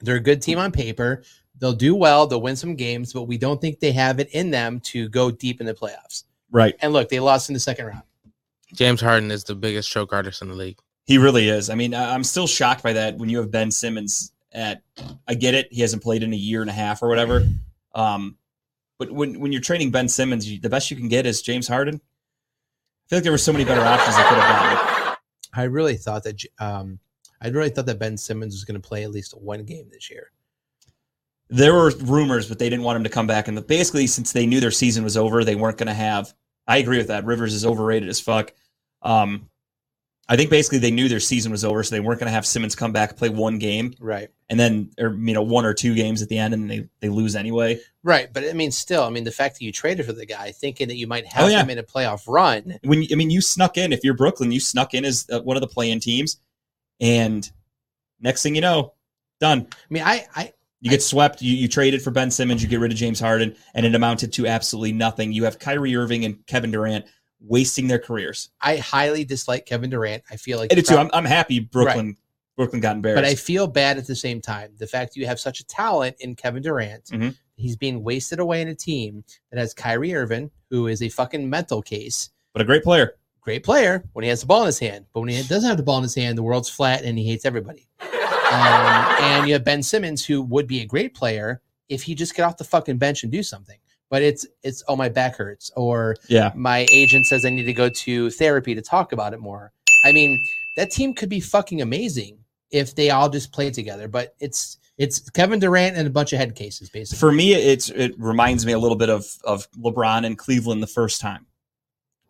D: they're a good team on paper. They'll do well. They'll win some games, but we don't think they have it in them to go deep in the playoffs.
C: Right.
D: And look, they lost in the second round.
E: James Harden is the biggest choke artist in the league.
C: He really is. I mean, I- I'm still shocked by that when you have Ben Simmons at I get it, he hasn't played in a year and a half or whatever. Um but when when you're training Ben Simmons, you, the best you can get is James Harden. I feel like there were so many better options I could have gotten.
D: I really thought that J- um, I really thought that Ben Simmons was going to play at least one game this year.
C: There were rumors, but they didn't want him to come back. And the, basically, since they knew their season was over, they weren't going to have. I agree with that. Rivers is overrated as fuck. Um, I think basically they knew their season was over, so they weren't going to have Simmons come back play one game,
D: Right.
C: and then or you know one or two games at the end, and they they lose anyway.
D: Right. But I mean, still, I mean, the fact that you traded for the guy thinking that you might have
C: Oh, yeah.
D: him in a playoff run.
C: when I mean you snuck in. If you're Brooklyn, you snuck in as uh, one of the play-in teams, and next thing you know, done.
D: I mean, I, I,
C: You get swept. You, you traded for Ben Simmons. You get rid of James Harden, and it amounted to absolutely nothing. You have Kyrie Irving and Kevin Durant wasting their careers.
D: I highly dislike Kevin Durant. I feel like
C: I do too. I'm, I'm happy Brooklyn Brooklyn got embarrassed.
D: but I feel bad at the same time. The fact that you have such a talent in Kevin Durant,
C: Mhm.
D: he's being wasted away in a team that has Kyrie Irving, who is a fucking mental case.
C: but a great player.
D: Great player when he has the ball in his hand, but when he doesn't have the ball in his hand, the world's flat and he hates everybody. Um, and you have Ben Simmons, who would be a great player if he just get off the fucking bench and do something. But it's it's oh my back hurts or
C: Yeah.
D: my agent says I need to go to therapy to talk about it more. I mean, that team could be fucking amazing if they all just played together. But it's it's Kevin Durant and a bunch of head cases, basically.
C: For me, it's it reminds me a little bit of of LeBron and Cleveland the first time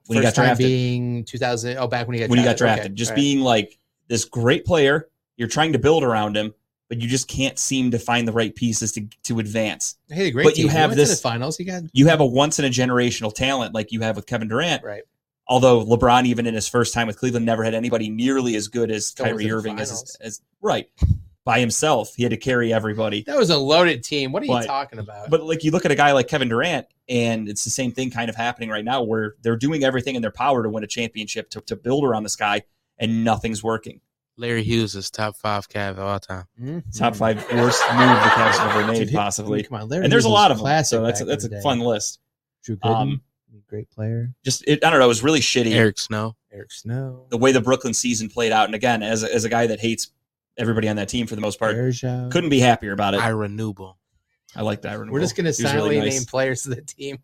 C: when he
D: First
C: got
D: time
C: drafted.
D: being 2000. Oh, back when he got
C: when you got
D: drafted. Okay,
C: drafted. Just
D: all right.
C: being like this great player, you're trying to build around him, but you just can't seem to find the right pieces to to advance.
D: I hate a great
C: but you
D: team. He
C: have
D: went to the
C: this-
D: finals. He got
C: You have a once in a generational talent like you have with Kevin Durant.
D: right.
C: Although LeBron, even in his first time with Cleveland, never had anybody nearly as good as
D: Still was in
C: Kyrie
D: the
C: Irving as,
D: finals.
C: as right by himself. He had to carry everybody.
D: That was a loaded team. What are
C: But-
D: you talking about?
C: But like you look at a guy like Kevin Durant, and it's the same thing kind of happening right now, where they're doing everything in their power to win a championship, to, to build around this guy, and nothing's working.
E: Larry Hughes is top five Cav of all time.
D: Mhm.
C: top five worst move the Cavs have ever
D: Dude,
C: made,
D: who-
C: possibly.
D: Come on, Larry
C: And there's a
D: Hughes was
C: lot of them,
D: classic
C: so that's
D: back in
C: that's
D: the
C: a
D: day.
C: fun list.
D: Drew Gooden,
C: Um,
D: great player.
C: just it, I don't know, it was really shitty
E: Eric Snow.
D: Eric Snow.
C: the way the Brooklyn season played out. And again, as a, as a guy that hates everybody on that team for the most part,
D: Bergeron.
C: couldn't be happier about it. I,
E: Ira Newble.
C: like that. Renewal.
D: uh, We're just
C: He
D: gonna
C: was really
D: silently
C: nice.
D: name players to the team.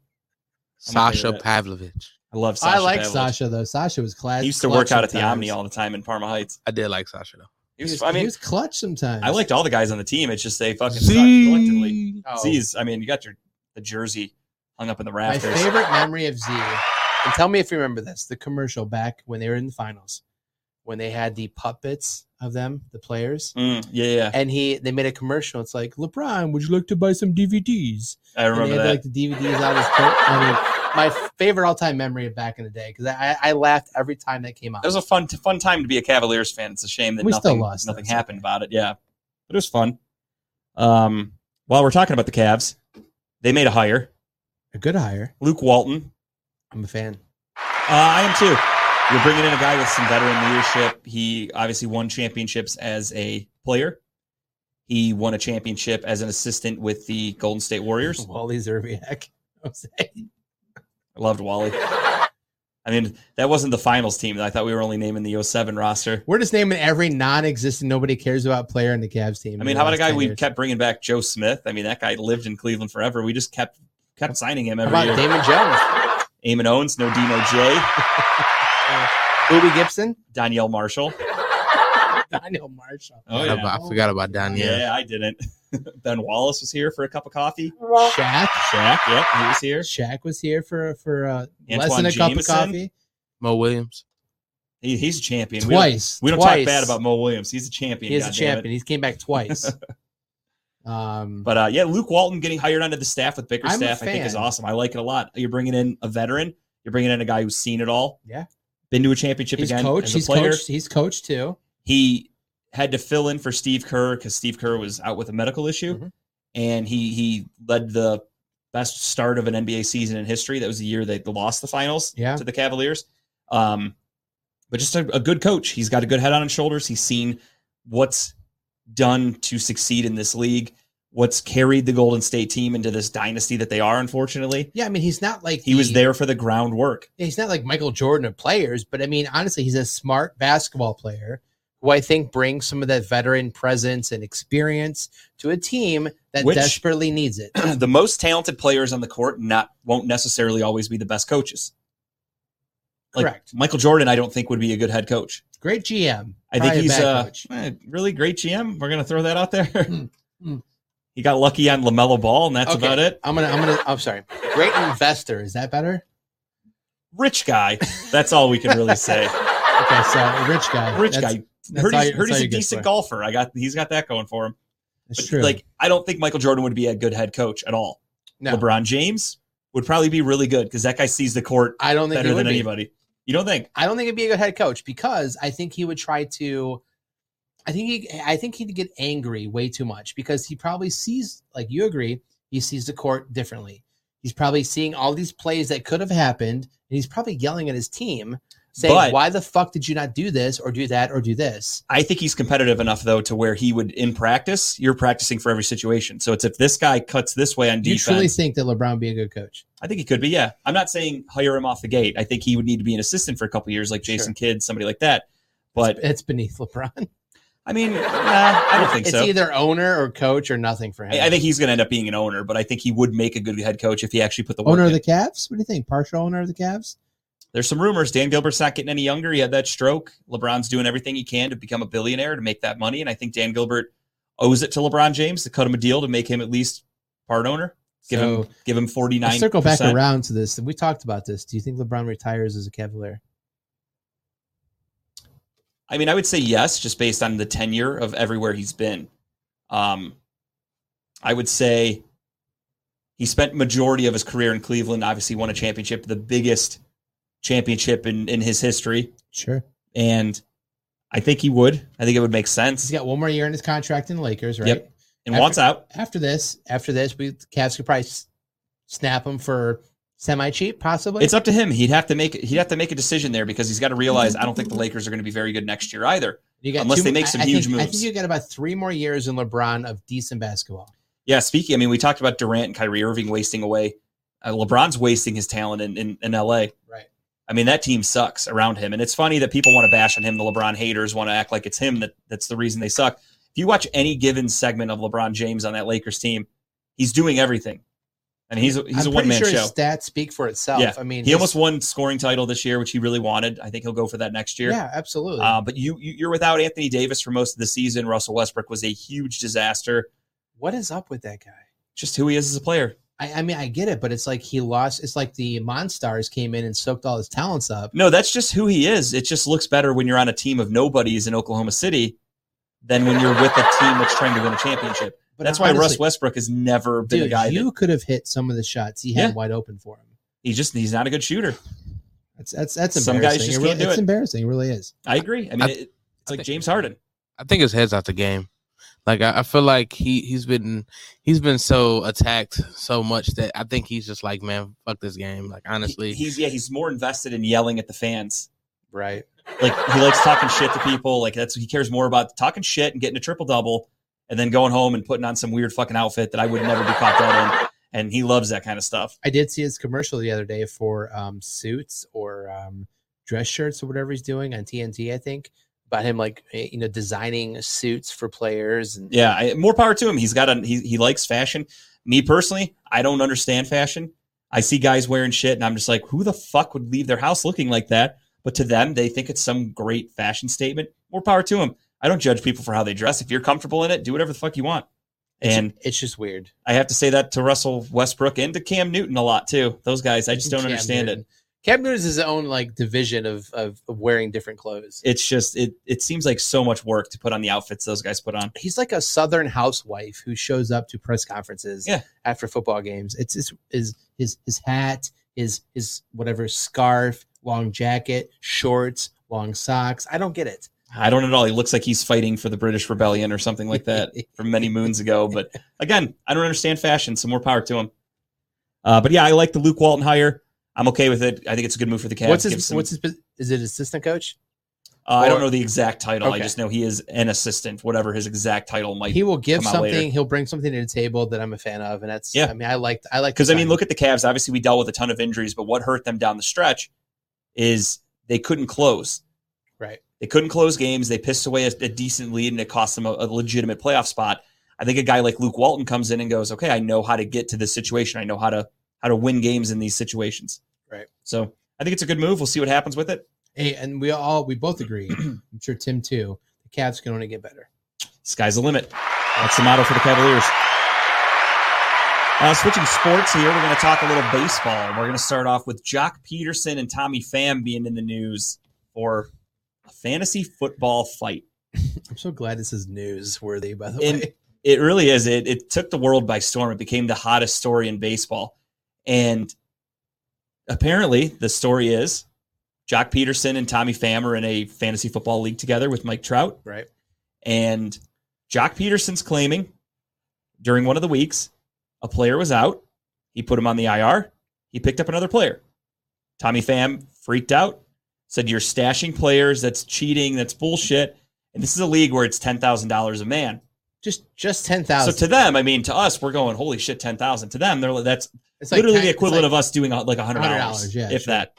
E: Sasha
C: that.
E: Pavlovich.
C: I love. Sasha
D: I like
C: Pavlovich.
D: Sasha though. Sasha was class.
C: He used to
D: clutch
C: work out at the
D: sometimes.
C: Omni all the time in Parma Heights.
E: I did like Sasha though.
C: He was. I mean,
D: he was clutch sometimes.
C: I liked all the guys on the team. It's just they fucking sucked collectively.
D: Oh,
C: Z's. I mean, you got your the jersey hung up in the
D: My
C: rafters.
D: favorite memory of Z, and tell me if you remember this, the commercial back when they were in the finals, when they had the puppets of them, the players.
C: Mm, yeah, yeah,
D: And he, they made a commercial. It's like LeBron, would you like to buy some DVDs?
C: I
D: And
C: remember
D: they had,
C: that.
D: Like the DVDs out of his coat. I mean, my favorite all-time memory of back in the day because I, I laughed every time that came out.
C: It was a fun fun time to be a Cavaliers fan. It's a shame that
D: We
C: nothing,
D: still lost, though,
C: nothing
D: it's okay.
C: happened about it. Yeah, but it was fun. Um, while we're talking about the Cavs, they made a hire,
D: a good hire.
C: Luke Walton.
D: I'm a fan.
C: Uh, I am too. You're bringing in a guy with some veteran leadership. He obviously won championships as a player. He won a championship as an assistant with the Golden State Warriors.
D: Wally Zerbiak.
C: I loved Wally. I mean, that wasn't the finals team. I thought we were only naming the 07 roster.
D: We're just naming every non-existent, nobody cares about player in the Cavs team.
C: I
D: in
C: mean,
D: the
C: how about a
D: last
C: guy
D: 10
C: we
D: years.
C: kept bringing back, Joe Smith? I mean, that guy lived in Cleveland forever. We just kept kept signing him
D: How
C: every
D: about
C: year.
D: Damon Jones,
C: Eamon Owens, no Dino J,
D: Booby Gibson,
C: Danielle Marshall.
D: Daniel Marshall,
C: Oh
E: I, I forgot about Danielle.
C: yeah, I didn't. ben Wallace was here for a cup of coffee.
D: Shaq.
C: Shaq, yep, he was here.
D: Shaq was here for for uh, less
C: Antoine
D: than a cup of
C: Jameson.
D: coffee.
E: Mo Williams.
C: He, he's a champion. We don't-
D: twice.
C: We don't,
D: twice.
C: talk bad about Mo Williams. He's a champion.
D: He is a
C: goddammit.
D: champion. He's came back twice. um,
C: But uh, yeah, Luke Walton getting hired onto the staff with Bickerstaff, I think, is
D: fan.
C: awesome. I like it a lot. You're bringing in a veteran. You're bringing in a guy who's seen it all.
D: Yeah.
C: been to a championship
D: he's
C: again.
D: coached.
C: as a
D: He's
C: player.
D: coached. He's coached too.
C: He had to fill in for Steve Kerr because Steve Kerr was out with a medical issue,
D: Mhm.
C: and he he led the best start of an NBA season in history. That was the year they lost the finals
D: Yeah.
C: to the Cavaliers. Um, but just a, a good coach. He's got a good head on his shoulders. He's seen what's done to succeed in this league, what's carried the Golden State team into this dynasty that they are, unfortunately.
D: Yeah, I mean, he's not like
C: He was
D: the-
C: there for the groundwork.
D: He's not like Michael Jordan of players, but I mean, honestly, he's a smart basketball player who I think brings some of that veteran presence and experience to a team that
C: Which-
D: desperately needs it.
C: the most talented players on the court not won't necessarily always be the best coaches. Like
D: Correct.
C: Michael Jordan, I don't think would be a good head coach.
D: Great GM.
C: I think
D: Probably a
C: he's uh,
D: bad
C: a eh,
D: coach.
C: really great GM. We're gonna throw that out there.
D: mm.
C: He got lucky on Lamelo Ball, and that's
D: Okay.
C: about it.
D: I'm gonna. I'm gonna. I'm sorry. Great investor. Is that better?
C: Rich guy. That's all we can really say.
D: Okay, so a rich guy.
C: Rich
D: That's-
C: guy.
D: that's
C: heard
D: all
C: he's,
D: you-
C: heard
D: that's all
C: he's a
D: you get
C: decent
D: for it.
C: golfer. I got he's got that going for him.
D: That's
C: But,
D: true.
C: Like I don't think Michael Jordan would be a good head coach at all.
D: No.
C: LeBron James would probably be really good because that guy sees the court
D: I don't think
C: better
D: he would
C: than
D: be.
C: anybody. You don't think?
D: I don't think he'd be a good head coach because I think he would try to. I think he. I think he'd get angry way too much because he probably sees, like you agree, he sees the court differently. He's probably seeing all these plays that could have happened, and he's probably yelling at his team, saying,
C: But-
D: "Why the fuck did you not do this or do that or do this?"
C: I think he's competitive enough though to where he would in practice, you're practicing for every situation. So it's if this guy cuts this way on
D: Do you
C: defense,
D: truly think that LeBron would be a good coach?
C: I think he could be. Yeah, I'm not saying hire him off the gate. I think he would need to be an assistant for a couple years, like Jason Kidd, somebody like that. But
D: It's beneath LeBron.
C: I mean, nah, I don't think
D: it's
C: so.
D: either owner or coach or nothing for him.
C: I, I think he's going to end up being an owner, but I think he would make a good head coach if he actually put the work
D: owner
C: in.
D: of the Cavs. What do you think? Partial owner of the Cavs.
C: There's some rumors. Dan Gilbert's not getting any younger. He had that stroke. LeBron's doing everything he can to become a billionaire to make that money, and I think Dan Gilbert owes it to LeBron James to cut him a deal to make him at least part owner. Give
D: so,
C: him give him 49.
D: Let's circle back around to this. We talked about this. Do you think LeBron retires as a Cavalier?
C: I mean, I would say yes, just based on the tenure of everywhere he's been. Um, I would say he spent majority of his career in Cleveland. Obviously, won a championship, the biggest championship in in his history,
D: Sure.
C: and I think he would. I think it would make sense.
D: He's got one more year in his contract in the Lakers, right?
C: Yep. And
D: After-
C: wants out.
D: After this, after this, we the Cavs could probably s- snap him for semi cheap, possibly.
C: It's up to him. He'd have to make he'd have to make a decision there because he's got to realize I don't think the Lakers are going to be very good next year either.
D: you got
C: unless
D: two-
C: they make some
D: I- I
C: huge
D: think- I
C: moves.
D: think you got about three more years in LeBron of decent basketball.
C: Yeah, speaking, I mean, we talked about Durant and Kyrie Irving wasting away. Uh, LeBron's wasting his talent in, in, in LA.
D: Right.
C: I mean, that team sucks around him. And it's funny that people want to bash on him. The LeBron haters want to act like it's him that that's the reason they suck. If you watch any given segment of LeBron James on that Lakers team, he's doing everything. And he's a, he's
D: I'm
C: a one man
D: pretty sure
C: show.
D: His stats speak for itself.
C: Yeah.
D: I mean,
C: He
D: his-
C: almost won scoring title this year, which he really wanted. I think he'll go for that next year.
D: Yeah, absolutely.
C: Uh, but you, you you're without Anthony Davis for most of the season. Russell Westbrook was a huge disaster.
D: what is up with that guy?
C: Just who he is as a player.
D: I, I mean, I get it, but it's like he lost. It's like the Monstars came in and soaked all his talents up.
C: No, that's just who he is. It just looks better when you're on a team of nobodies in Oklahoma City than when you're with a team that's trying to win a championship.
D: But
C: that's why
D: honestly-
C: Russ Westbrook has never been a
D: Dude,
C: guy.
D: you
C: that,
D: could have hit some of the shots he had
C: Yeah.
D: wide open for him.
C: he just he's not a good shooter.
D: That's that's that's
C: Some
D: embarrassing.
C: guys just
D: it really,
C: can't do
D: it's
C: it.
D: embarrassing. It really is.
C: I agree. I mean,
E: I-
C: it, it's
E: I
C: like
E: think-
C: James Harden.
E: I think his head's out the game. Like I, I feel like he he's been he's been so attacked so much that I think he's just like man fuck this game like honestly
C: He- he's yeah, he's more invested in yelling at the fans.
D: Right.
C: Like he likes talking shit to people. Like that's he cares more about talking shit and getting a triple double, and then going home and putting on some weird fucking outfit that I would never be caught dead in. And he loves that kind of stuff.
D: I did see his commercial the other day for um, suits or um, dress shirts or whatever he's doing on TNT. I think about him like eh, you know designing suits for players and
C: Yeah, I, more power to him. He's got a he he likes fashion. Me personally, I don't understand fashion. I see guys wearing shit, and I'm just like, who the fuck would leave their house looking like that? But to them, they think it's some great fashion statement. More power to them. I don't judge people for how they dress. If you're comfortable in it, do whatever the fuck you want.
D: it's,
C: And
D: it's just weird.
C: I have to say that to Russell Westbrook and to Cam Newton a lot too. Those guys, I just don't understand it.
D: Cam Newton is his own like division of of, of wearing different clothes.
C: It's just it it seems like so much work to put on the outfits those guys put on.
D: He's like a southern housewife who shows up to press conferences
C: Yeah.
D: after football games. It's his his his, his hat, his his whatever scarf, long jacket, shorts, long socks. I don't get it.
C: I don't at all. He looks like he's fighting for the British Rebellion or something like that from many moons ago. But again, I don't understand fashion, so more power to him. Uh, but yeah, I like the Luke Walton hire. I'm okay with it. I think it's a good move for the Cavs.
D: what's
C: Gives
D: his
C: them-
D: what's his posi- is it assistant coach?
C: uh, I don't
D: or-
C: know the exact title. I
D: Okay.
C: just know he is an assistant, whatever his exact title might.
D: He will give
C: come out later.
D: something. He'll bring something to the table that I'm a fan of, and that's
C: Yeah.
D: I mean, I liked I like
C: Because I mean, look at the Cavs. Obviously, we dealt with a ton of injuries, but what hurt them down the stretch is they couldn't close.
D: Right.
C: They couldn't close games. They pissed away a, a decent lead, and it cost them a, a legitimate playoff spot. I think a guy like Luke Walton comes in and goes, "Okay, I know how to get to this situation. I know how to how to win games in these situations."
D: Right.
C: So I think it's a good move. We'll see what happens with it.
D: Hey, and we all we both agree. I'm sure Tim too. The Cavs can only get better.
C: Sky's the limit. That's the motto for the Cavaliers. Uh, switching sports here, we're going to talk a little baseball. We're going to start off with Jock Peterson and Tommy Pham being in the news for a fantasy football fight.
D: I'm so glad this is newsworthy. By the
C: And-
D: way,
C: It really is. It, it took the world by storm. It became the hottest story in baseball. And apparently, the story is Jock Peterson and Tommy Pham are in a fantasy football league together with Mike Trout.
D: right?
C: And Jock Peterson's claiming during one of the weeks, a player was out. He put him on the IR. He picked up another player. Tommy Pham freaked out, said, You're stashing players. That's cheating. That's bullshit. And this is a league where it's $10,000 a man.
D: Just just ten
C: So
D: thousand.
C: to them, I mean, to us, we're going, Holy shit, 10000 To them, they're like, that's
D: it's
C: literally
D: 10
C: the
D: it's
C: equivalent
D: like-
C: of us doing like a hundred dollars,
D: $100, yeah,
C: if
D: sure.
C: that.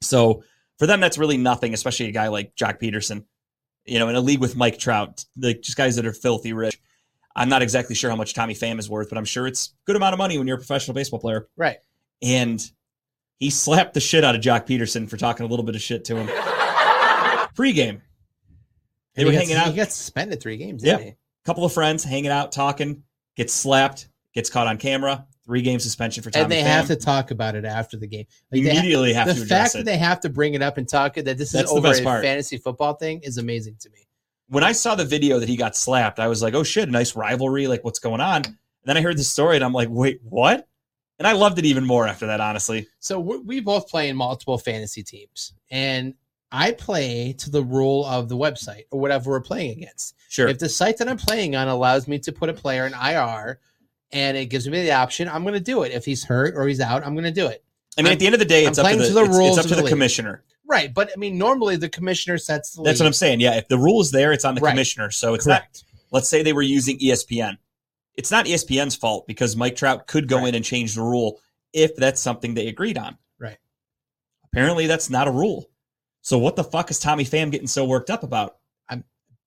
C: So for them, that's really nothing, especially a guy like Jock Peterson. You know, in a league with Mike Trout, like just guys that are filthy rich. I'm not exactly sure how much Tommy Pham is worth, but I'm sure it's a good amount of money when you're a professional baseball player.
D: Right.
C: And he slapped the shit out of Jock Peterson for talking a little bit of shit to him. Pre-game, they
D: And
C: were
D: he got-
C: hanging out.
D: He got suspended three games. Didn't
C: Yeah.
D: he?
C: couple of friends hanging out, talking, gets slapped, gets caught on camera, three-game suspension for Tommy
D: and they
C: Pham.
D: have to talk about it after the game. Like they ha-
C: immediately have,
D: the
C: to address
D: fact
C: it.
D: that they have to bring it up and talk it that this
C: That's
D: is
C: the
D: over
C: best
D: a
C: part.
D: fantasy football thing is amazing to me.
C: when I saw the video that he got slapped, I was like, oh shit, nice rivalry. Like, what's going on? And then I heard the story and I'm like, wait, what? And I loved it even more after that, honestly.
D: So we we both play in multiple fantasy teams, and I play to the rule of the website or whatever we're playing against.
C: Sure.
D: If the site that I'm playing on allows me to put a player in IR and it gives me the option, I'm going to do it. If he's hurt or he's out, I'm going to do it.
C: I mean,
D: I'm-
C: at the end of the day,
D: I'm
C: it's up to
D: playing
C: the,
D: to the
C: it's, it's
D: rules
C: up
D: of
C: to
D: the
C: the
D: league.
C: commissioner.
D: Right, but I mean, normally the commissioner sets the.
C: That's what I'm saying. Yeah. If the rule is there, it's on the
D: Right.
C: commissioner. So it's not,
D: Correct.
C: let's say they were using E ESPN. It's not E ESPN's fault because Mike Trout could go in and change the rule if that's something they agreed on.
D: Right.
C: Apparently, that's not a rule. So what the fuck is Tommy Pham getting so worked up about?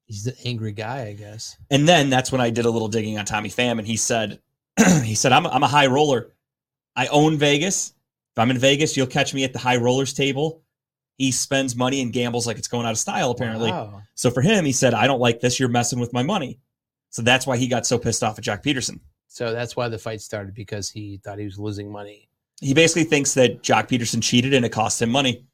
D: He's an angry guy, I guess.
C: And then that's when I did a little digging on Tommy Pham, and he said, he said, I'm, I'm a high roller. I own Vegas. If I'm in Vegas, you'll catch me at the high rollers table. He spends money and gambles like it's going out of style, apparently.
D: Wow.
C: So for him, he said, I don't like this. You're messing with my money. So that's why he got so pissed off at Jack Peterson.
D: So that's why the fight started because he thought he was losing money.
C: He basically thinks that Jock Peterson cheated and it cost him money.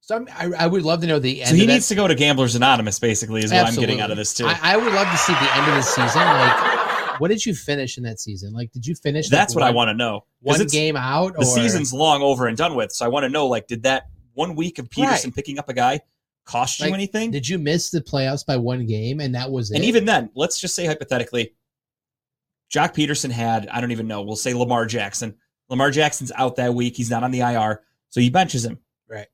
D: So I'm, I, I would love to know the end.
C: so he
D: of that-
C: needs to go to Gamblers Anonymous, basically, is what I'm getting
D: Absolutely.
C: out of this, too.
D: I, I would love to see the end of the season. Like, what did you finish in that season? Like, did you finish?
C: that's
D: like,
C: what I want
D: one-
C: to know. 'Cause
D: One
C: it's-
D: game out.
C: the
D: or,
C: season's long over and done with. So I want to know, like, did that one week of Peterson picking up a guy cost you
D: Like,
C: anything?
D: Did you miss the playoffs by one game, and that was it?
C: and even then, let's just say hypothetically, Jock Peterson had, I don't even know, we'll say Lamar Jackson. Lamar Jackson's out that week. He's not on the IR. So he benches him.
D: Right.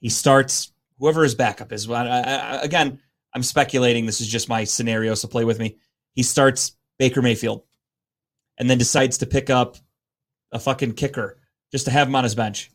C: He starts whoever his backup is. Well, I, I, I- again, I'm speculating. This is just my scenario. So play with me. He starts Baker Mayfield and then decides to pick up a fucking kicker just to have him on his bench.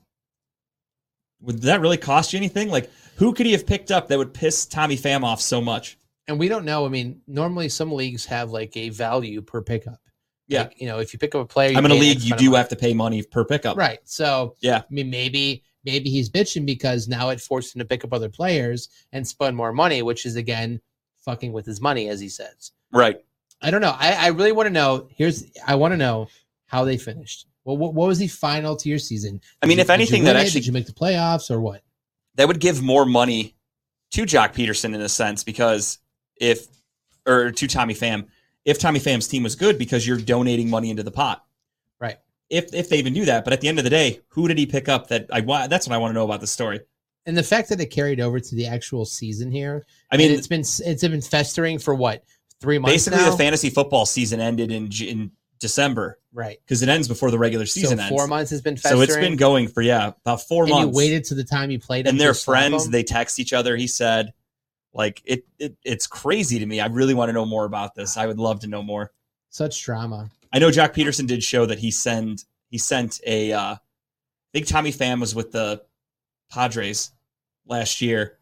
C: Would that really cost you anything? Like, who could he have picked up that would piss Tommy Pham off so much?
D: and we don't know. I mean, normally some leagues have like a value per pickup.
C: Yeah.
D: Like, you know, if you pick up a player,
C: I'm in a
D: pay an
C: league.
D: X
C: You
D: amount of
C: do
D: money.
C: have to pay money per pickup.
D: right. So
C: Yeah.
D: I mean, maybe maybe he's bitching because now it forced him to pick up other players and spend more money, which is again fucking with his money, as he says.
C: Right.
D: I don't know. I, I really want to know. Here's I want to know how they finished. Well, what, what was the final to your season?
C: I mean,
D: Did-
C: if
D: did you
C: anything,
D: win
C: that
D: it?
C: actually-
D: did you make the playoffs or what?
C: that would give more money to Jock Peterson in a sense because if or to Tommy Pham, if Tommy Pham's team was good because you're donating money into the pot.
D: Right.
C: If if they even do that, but at the end of the day, who did he pick up that I want that's what I want to know about the story.
D: And the fact that it carried over to the actual season here,
C: I mean,
D: and it's been it's been festering for what three months
C: basically
D: now?
C: the fantasy football season ended in J- in December
D: right?
C: because it ends before the regular season
D: so
C: ends.
D: four months has been
C: so
D: festering.
C: it's been going for yeah, about 4
D: and
C: months.
D: you waited to the time you played,
C: and
D: them to
C: they're
D: slap
C: friends.
D: them?
C: They text each other. He said, like it, it it's crazy to me. I really want to know more about this. I would love to know more.
D: Such drama.
C: I know Jack Peterson did show that he send he sent a uh I think Tommy Pham was with the Padres last year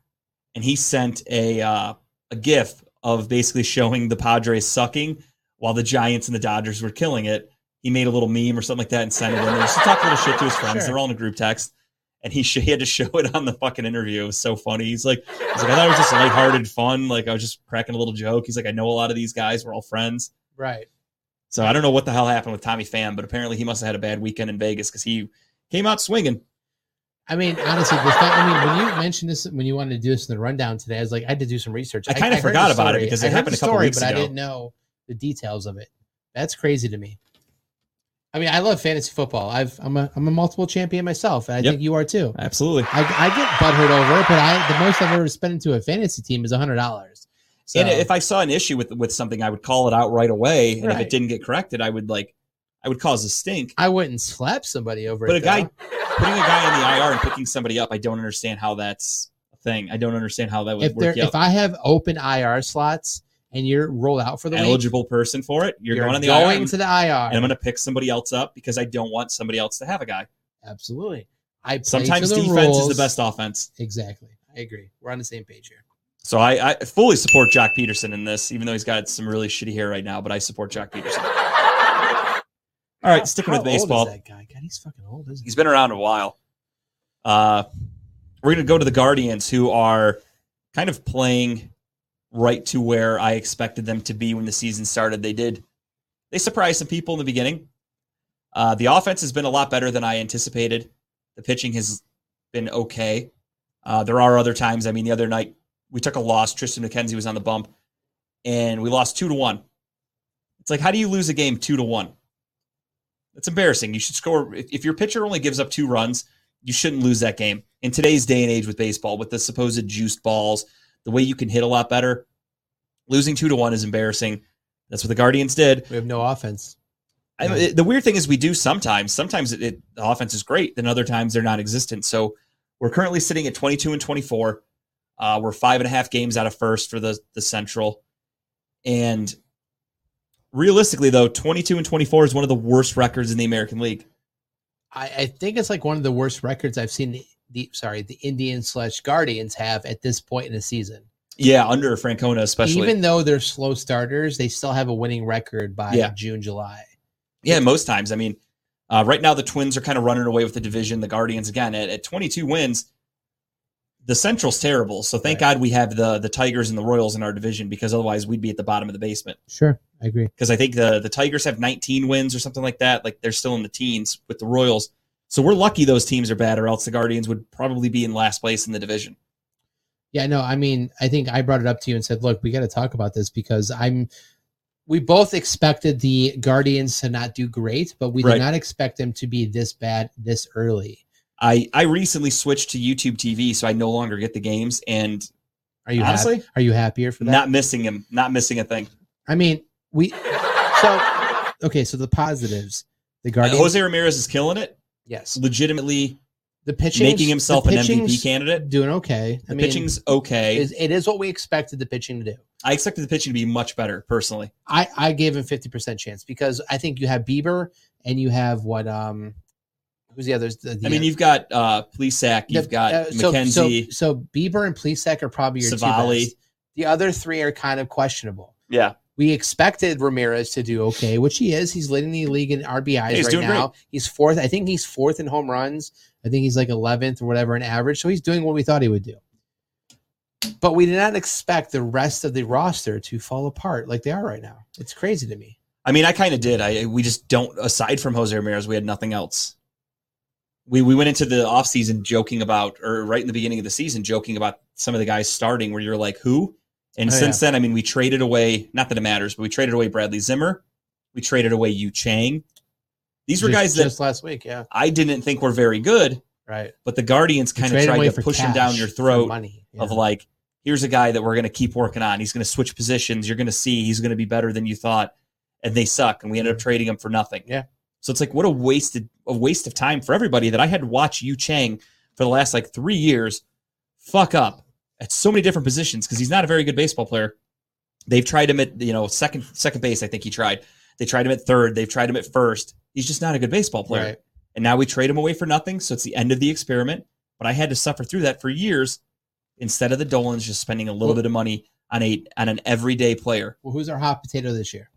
C: and he sent a uh a gif of basically showing the Padres sucking while the Giants and the Dodgers were killing it. He made a little meme or something like that and sent it in there. Just to talk a little shit to his friends.
D: Sure.
C: They're all in a group text. And he, sh- he had to show it on the fucking interview. It was so funny. He's like, he's like, I thought it was just lighthearted fun. Like I was just cracking a little joke. He's like, I know a lot of these guys. We're all friends.
D: Right.
C: So I don't know what the hell happened with Tommy Pham, but apparently he must have had a bad weekend in Vegas because he came out swinging.
D: I mean, honestly, the fact, I mean, when you mentioned this, when you wanted to do this in the rundown today, I was like, I had to do some research.
C: I kinda
D: heard the
C: forgot about it
D: story.
C: because it
D: I heard
C: happened
D: the
C: a couple
D: story,
C: weeks
D: but I
C: ago.
D: didn't know the details of it. That's crazy to me. I mean, I love fantasy football. I've I'm a I'm a multiple champion myself, and I
C: Yep.
D: think you are too.
C: Absolutely.
D: I, I get butthurt over it, but I the most I've ever spent into a fantasy team is hundred dollars. So
C: And if I saw an issue with with something, I would call it out right away. And if
D: Right.
C: it didn't get corrected, I would like I would cause a stink.
D: I wouldn't slap somebody over
C: But
D: it.
C: a guy
D: though.
C: putting a guy on the IR and picking somebody up, I don't understand how that's a thing. I don't understand how that would
D: if there
C: work out.
D: if I have open IR slots and you're rolled out for the week,
C: Eligible person for it, you're,
D: you're
C: going on the
D: going
C: IR,
D: to the IR.
C: and I'm going to pick somebody else up because I don't want somebody else to have a guy.
D: Absolutely. I play to
C: Sometimes
D: the
C: defense is
D: rules.
C: the best offense.
D: Exactly. I agree. We're on the same page here.
C: So I, I fully support Jack Peterson in this, even though he's got some really shitty hair right now. But I support Jack Peterson. All right, sticking
D: How
C: with
D: old is
C: baseball,
D: that guy? God, he's fucking old, isn't he?
C: he's been around a while. Uh, we're going to go to the Guardians, who are kind of playing right to where I expected them to be when the season started. They did. They surprised some people in the beginning. Uh, the offense has been a lot better than I anticipated. The pitching has been okay. Uh, there are other times. I mean, the other night we took a loss. Tristan McKenzie was on the bump, and we lost two to one. It's like, how do you lose a game two to one? That's embarrassing. You should score if, if your pitcher only gives up two runs. You shouldn't lose that game in today's day and age with baseball, with the supposed juiced balls, the way you can hit a lot better. Losing two to one is embarrassing. That's what the Guardians did.
D: We have no offense.
C: I,
D: Yeah.
C: it- the weird thing is we do sometimes. Sometimes it, it, the offense is great, then other times they're non-existent. So we're currently sitting at 22 and 24. Uh, we're five and a half games out of first for the the Central, and realistically, though, 22 and 24 is one of the worst records in the American League.
D: I, I think it's like one of the worst records I've seen the, the sorry, the Indians slash Guardians have at this point in the season.
C: Yeah, under Francona especially.
D: Even though they're slow starters, they still have a winning record by
C: Yeah.
D: June, July.
C: yeah, most times. I mean, uh, right now the Twins are kind of running away with the division. The Guardians again at, at 22 wins. The Central's terrible, so thank
D: Right.
C: God we have the the Tigers and the Royals in our division because otherwise we'd be at the bottom of the basement.
D: Sure. I agree.
C: because I think the the Tigers have 19 wins or something like that. Like they're still in the teens with the Royals. So we're lucky those teams are bad, or else the Guardians would probably be in last place in the division.
D: Yeah, no, I mean, I think I brought it up to you and said, look, we got to talk about this because I'm. We both expected the Guardians to not do great, but we
C: Right.
D: did not expect them to be this bad this early.
C: I I recently switched to YouTube TV, so I no longer get the games, and
D: Are you hap-
C: honestly,
D: Are you happier for that?
C: not missing him, not missing a thing.
D: I mean, we. So okay, so the positives, the Guardians,
C: Jose Ramirez is killing it,
D: yes,
C: legitimately
D: the pitching,
C: making himself
D: the
C: an MVP
D: pitching's
C: candidate.
D: doing okay.
C: The
D: I mean,
C: pitching's okay.
D: is, it is what we expected the pitching to do.
C: I expected the pitching to be much better, personally.
D: I I gave him fifty percent chance because I think you have Bieber and you have what um, who's the others? The, the
C: I mean, you've got uh, Plesac, you've
D: The-
C: got
D: uh, so-
C: McKenzie.
D: So, so Bieber and Plesac are probably your
C: Savali.
D: two best. The other three are kind of questionable.
C: yeah,
D: We expected Ramirez to do okay, which he is. He's leading the league in RBIs
C: He's
D: right
C: doing
D: now. He's fourth. I think he's fourth in home runs. I think he's like eleventh or whatever in average. So he's doing what we thought he would do. But we did not expect the rest of the roster to fall apart like they are right now. It's crazy to me.
C: I mean, I kind of did. I we just don't. Aside from Jose Ramirez, we had nothing else. We we went into the offseason joking about, or right in the beginning of the season, joking about some of the guys starting. Where you're like, who? And
D: Oh,
C: since then, I mean, we traded away. Not that it matters, but we traded away Bradley Zimmer. We traded away Yu Chang. These were
D: Just-
C: guys that
D: just last week, yeah,
C: I didn't think were very good,
D: right.
C: but the Guardians
D: You
C: kind of
D: trade
C: tried
D: away
C: to
D: for
C: push him
D: cash,
C: down your
D: for
C: throat
D: money yeah.
C: of like, here's a guy that we're going to keep working on. He's going to switch positions. You're going to see he's going to be better than you thought. And they suck. And we ended up trading him for nothing.
D: Mm-hmm. Yeah.
C: So it's like, what a wasted, a waste of time for everybody that I had to watch Yu Chang for the last like three years fuck up at so many different positions because he's not a very good baseball player. They've tried him at, you know, second, second base. I think he tried. They tried him at third. They've tried him at first. He's just not a good baseball player
D: right.
C: and now we trade him away for nothing. So it's the end of the experiment. But I had to suffer through that for years instead of the Dolans just spending a little
D: Well-
C: bit of money on a on an everyday player.
D: Well, who's our hot potato this year?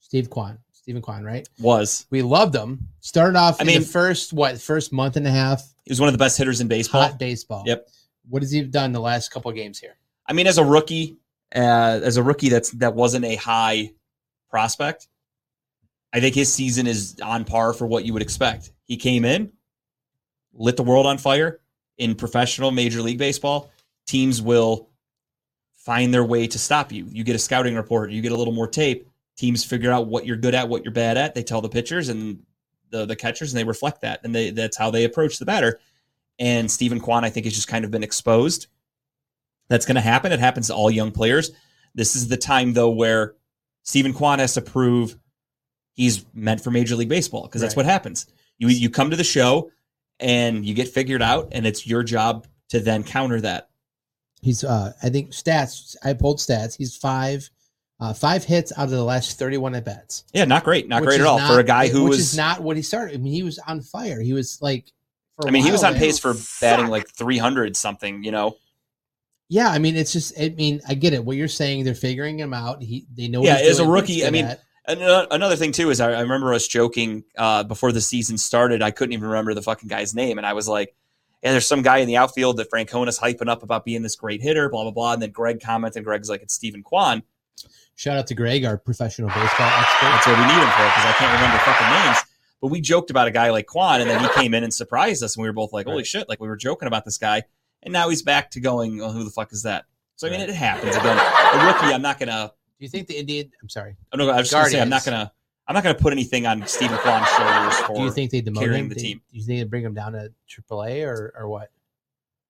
D: Steve Kwan, Stephen Kwan, right?
C: Was
D: We loved him. Started off.
C: I
D: I mean,
C: mean-
D: the first what first month and a half
C: he was one of the best hitters in baseball.
D: hot baseball.
C: Yep.
D: What has he done the last couple of games here?
C: I mean, as a rookie, uh, as a rookie that's that wasn't a high prospect. I think his season is on par for what you would expect. He came in, lit the world on fire in professional major league baseball. Teams will find their way to stop you. You get a scouting report, you get a little more tape. Teams figure out what you're good at, what you're bad at. They tell the pitchers and the the catchers, and they reflect that, and they that's how they approach the batter. And Stephen Kwan, I think, has just kind of been exposed that's going to happen. It happens to all young players. This is the time though where Stephen Kwan has to prove he's meant for Major League Baseball because that's
D: Right.
C: what happens. You you come to the show and you get figured out, and it's your job to then counter that.
D: He's uh I think stats I pulled stats. He's five uh five hits out of the last 31 at bats.
C: Yeah, not great, not
D: which
C: great at
D: is
C: all for a
D: not-
C: guy who
D: which
C: was.
D: is not what he started. I mean, he was on fire. He was like for a
C: I mean, he
D: while
C: was on
D: there.
C: pace for batting like 300 something. You know,
D: Yeah, I mean, it's just I mean, I get it. What you're saying, they're figuring him out. He they know what
C: Yeah,
D: he's
C: as a
D: doing, what
C: rookie,
D: he's
C: I
D: good
C: mean,
D: at.
C: And ano- another thing too is I, I remember us joking uh, before the season started. I couldn't even remember the fucking guy's name, and I was like, "Yeah, there's some guy in the outfield that Francona's hyping up about being this great hitter, blah blah blah." And then Greg commented, "Greg's like, it's Stephen Kwan.
D: shout out to Greg, our professional baseball expert.
C: That's what we need him for because I can't remember fucking names." But we joked about a guy like Kwan, and then he came in and surprised us, and we were both like, "Holy shit!" Like we were joking about this guy, and now he's back to going, oh, "Who the fuck is that?" So I mean, it happens again. A rookie, I'm not gonna
D: Do you think the Indian? I'm sorry.
C: I'm not. I was just gonna say I'm not
D: Guardians.
C: gonna. I'm not gonna put anything on Stephen Kwan's shoulders. For
D: Do you think they demoted
C: carrying
D: him?
C: the
D: They-
C: team.
D: Do you think they bring him down to AAA or or what?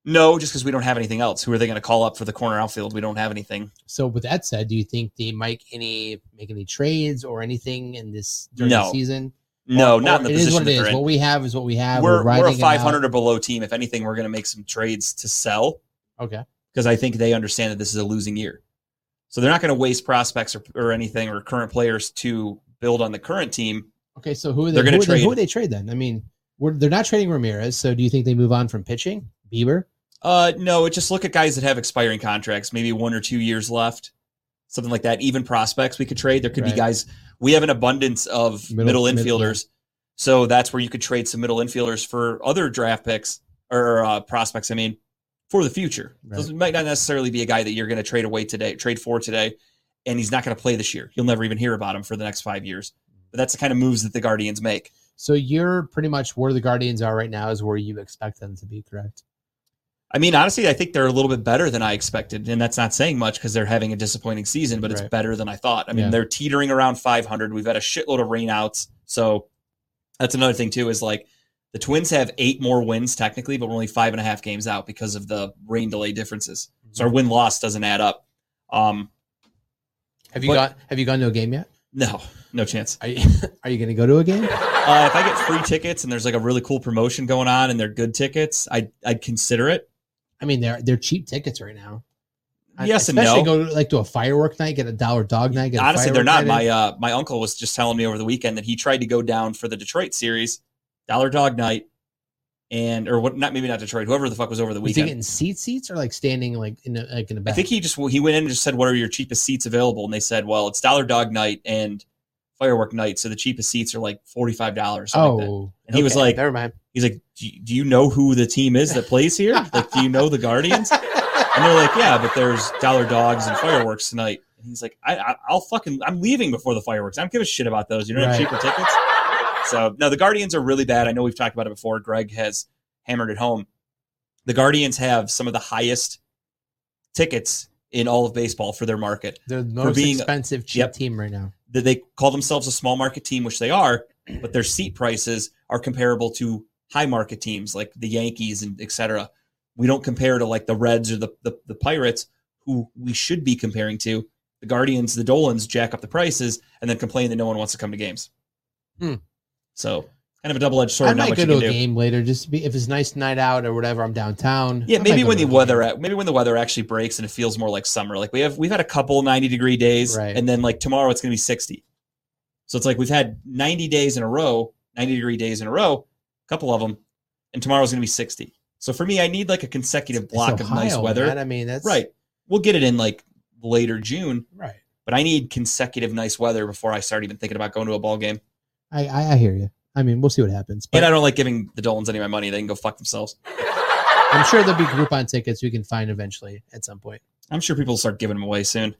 C: no? Just because we don't have anything else, who are they gonna call up for the corner outfield? We don't have anything.
D: So with that said, do you think they might any make any trades or anything in this during
C: No.
D: the season?
C: No,
D: Or-
C: not in the
D: it is
C: position
D: what
C: that
D: it
C: they're
D: is.
C: in.
D: What we have is what we have.
C: We're, we're a
D: riding it out.
C: 500 or below team. If anything, we're gonna make some trades to sell
D: Okay.
C: because I think they understand that this is a losing year. So they're not gonna waste prospects or, or anything or current players to build on the current team.
D: Okay. So who are they?
C: They're gonna
D: who, are they
C: trade.
D: who would they trade then? I mean, we're, they're not trading Ramirez. So do you think they move on from pitching? Bieber.
C: Uh, no, it just look at guys that have expiring contracts, maybe one or two years left, something like that. Even prospects we could trade. There could be
D: Right.
C: guys. We have an abundance of middle,
D: Middle- mid-
C: infielders, so that's where you could trade some middle infielders for other draft picks or uh, prospects. I mean, for the future,
D: Right.
C: Those might not necessarily be a guy that you're going to trade away today, trade for today, and he's not going to play this year. You'll never even hear about him for the next five years. But that's the kind of moves that the Guardians make.
D: So you're pretty much where the Guardians are right now is where you expect them to be, correct?
C: I mean, honestly, I think they're a little bit better than I expected, and that's not saying much because they're having a disappointing season, but it's
D: Right.
C: better than I thought. I mean,
D: Yeah.
C: they're teetering around 500. We've had a shitload of rainouts, so that's another thing too. Is like the Twins have eight more wins technically, but we're only five and a half games out because of the rain delay differences. So our win loss doesn't add up. Um,
D: Have you
C: But-
D: got Have you gone to a game yet?
C: no, no chance.
D: Are you Are you going to go to a game?
C: Uh, if I get free tickets and there's like a really cool promotion going on and they're good tickets, I I'd consider it.
D: I mean, they're they're cheap tickets right now. I-
C: Yes and
D: especially
C: no.
D: Go to, like to a firework night, get a dollar dog night. Get a
C: honestly they're not
D: firework night
C: my
D: in.
C: uh my uncle was just telling me over the weekend that he tried to go down for the detroit series dollar dog night and or what not maybe not detroit whoever the fuck was over the
D: Was he
C: weekend
D: getting seat seats or like standing like in a, like in the
C: i
D: back?
C: think he just he went in and just said what are your cheapest seats available and they said well it's dollar dog night and firework night so the cheapest seats are like $45 oh
D: oh,
C: And he was like-
D: never mind.
C: he's like do you, do you know who the team is that plays here like do you know the guardians And they're like, yeah, but there's dollar dogs and fireworks tonight. And he's like, I, I, I'll fucking, I'm leaving before the fireworks. I don't give a shit about those. You don't have
D: Right.
C: cheaper tickets. So no, the Guardians are really bad. I know we've talked about it before. Greg has hammered it home. The Guardians have some of the highest tickets in all of baseball for their market
D: They're the most
C: being-
D: expensive cheap
C: Yep.
D: team right now.
C: that they call themselves a small market team, which they are, but their seat prices are comparable to high market teams like the Yankees and et cetera. We don't compare to like the Reds or the, the, the Pirates, who we should be comparing to. The Guardians, the Dolans jack up the prices and then complain that no one wants to come to games.
D: Hmm.
C: So kind of a double edged
D: I
C: sword. Not
D: might
C: much
D: go
C: you
D: to a
C: can do.
D: game later just to be if it's a nice night out or whatever. I'm downtown.
C: Yeah,
D: I might
C: maybe
D: go
C: when
D: to
C: the
D: a game.
C: weather at, maybe when the weather actually breaks and it feels more like summer. Like we have we've had a couple 90 degree days
D: Right.
C: and then like tomorrow it's going to be 60. So it's like we've had 90 days in a row, 90 degree days in a row, a couple of them, and tomorrow's going to be 60. So for me I need like a consecutive
D: It's
C: block of nice
D: Ohio,
C: weather.
D: man. I mean, that's
C: Right. We'll get it in like later June,
D: Right.
C: but I need consecutive nice weather before I start even thinking about going to a ball game.
D: I, I I hear you. I mean, we'll see what happens. But
C: And I don't like giving the Dolans any of my money. They can go fuck themselves.
D: I'm sure there'll be Groupon tickets we can find eventually at some point.
C: I'm sure people will start giving them away soon.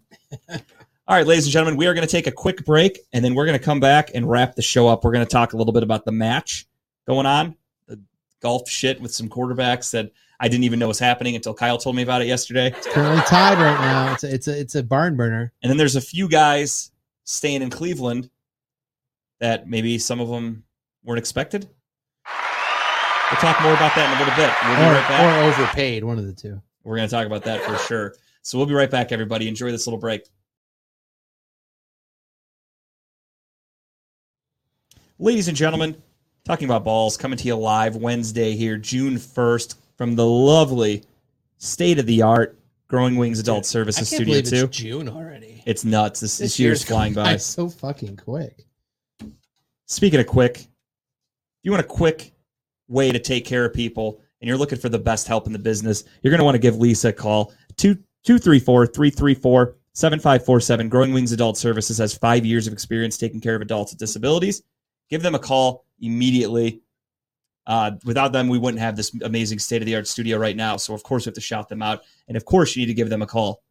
C: All right, ladies and gentlemen, we are going to take a quick break and then we're going to come back and wrap the show up. We're going to talk a little bit about the match going on, the golf shit with some quarterbacks that I didn't even know was happening until Kyle told me about it yesterday.
D: It's currently tied right now. It's a, it's a it's a barn burner.
C: And then there's a few guys staying in Cleveland that maybe some of them weren't expected. We'll talk more about that in a little bit. We'll
D: Or,
C: be right back.
D: or overpaid, one of the two.
C: We're going to talk about that for sure. So we'll be right back, everybody. Enjoy this little break. Ladies and gentlemen, talking about balls, coming to you live Wednesday here, June 1st, from the lovely state of the art Growing Wings Adult
D: I can't
C: Services Studio
D: believe
C: 2.
D: it's June already.
C: It's nuts. This, this year's flying
D: gone
C: by.
D: so fucking quick.
C: Speaking of quick, if you want a quick way to take care of people and you're looking for the best help in the business, you're going to want to give Lisa a call. 234 334 7547. Growing Wings Adult Services has five years of experience taking care of adults with disabilities. Give them a call immediately. Uh, without them, we wouldn't have this amazing state of the art studio right now. So, of course, we have to shout them out. And, of course, you need to give them a call.